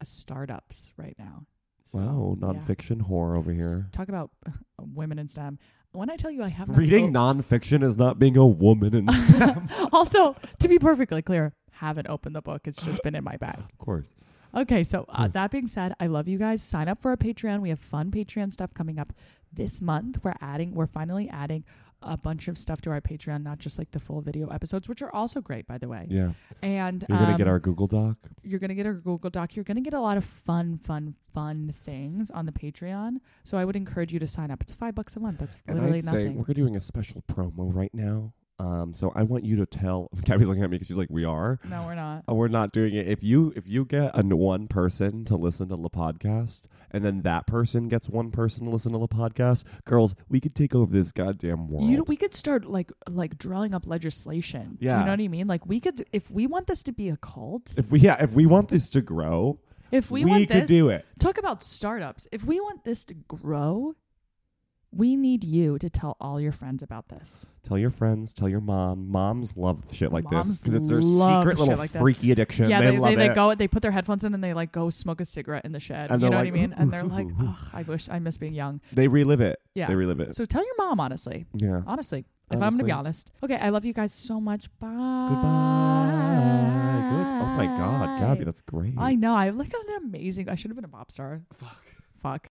D: uh, startups right now. So,
C: Wow,
D: yeah.
C: nonfiction horror over
D: S-
C: here.
D: Talk about uh, women in STEM. When I tell you I have not
C: Reading
D: op-
C: nonfiction is not being a woman in STEM.
D: also, to be perfectly clear, haven't opened the book. It's just been in my bag.
C: of course.
D: Okay, so uh,
C: course.
D: that being said, I love you guys. Sign up for our Patreon. We have fun Patreon stuff coming up this month. We're adding, we're finally adding a bunch of stuff to our Patreon, not just like the full video episodes, which are also great, by the way.
C: Yeah.
D: And
C: You're going to
D: um,
C: get our Google Doc.
D: you're gonna get a Google Doc. You're gonna get a lot of fun, fun, fun things on the Patreon. So I would encourage you to sign up. It's five bucks a month. That's
C: And
D: literally
C: I'd say
D: nothing.
C: we're doing a special promo right now. Um, so I want you to tell. Gabby's looking at me because she's like, "We are.
D: no, we're not.
C: Uh, We're not doing it. If you if you get a n- one person to listen to the podcast, and then that person gets one person to listen to the podcast, girls, we could take over this goddamn world.
D: You know, we could start like like drawing up legislation.
C: Yeah.
D: you know what I mean. Like we could, if we want this to be a cult, if,
C: if we yeah, if we want this to grow,
D: we,
C: we
D: want
C: could
D: this,
C: do it.
D: talk about startups. If we want this to grow, we need you to tell all your friends about this.
C: Tell your friends, tell your mom. Moms love shit like this
D: Moms
C: because it's their
D: love
C: secret
D: shit
C: little
D: like this.
C: freaky addiction.
D: yeah,
C: they,
D: they,
C: love
D: they
C: it.
D: go. They put their headphones in and they like go smoke a cigarette in the shed.
C: And
D: you
C: they're
D: know
C: like,
D: what I mean? And they're
C: "Ooh,
D: like,
C: ooh, ooh."
D: Ugh, I wish I miss being young.
C: They relive it.
D: Yeah.
C: They relive it.
D: So tell your mom, honestly.
C: yeah.
D: Honestly. If I'm going to
C: Honestly.
D: be honest. Okay, I love you guys so much. Bye.
C: Goodbye. Good. Oh my God, Gabby, that's great.
D: I know. I have like an amazing. I should have been a pop star. Fuck. Fuck.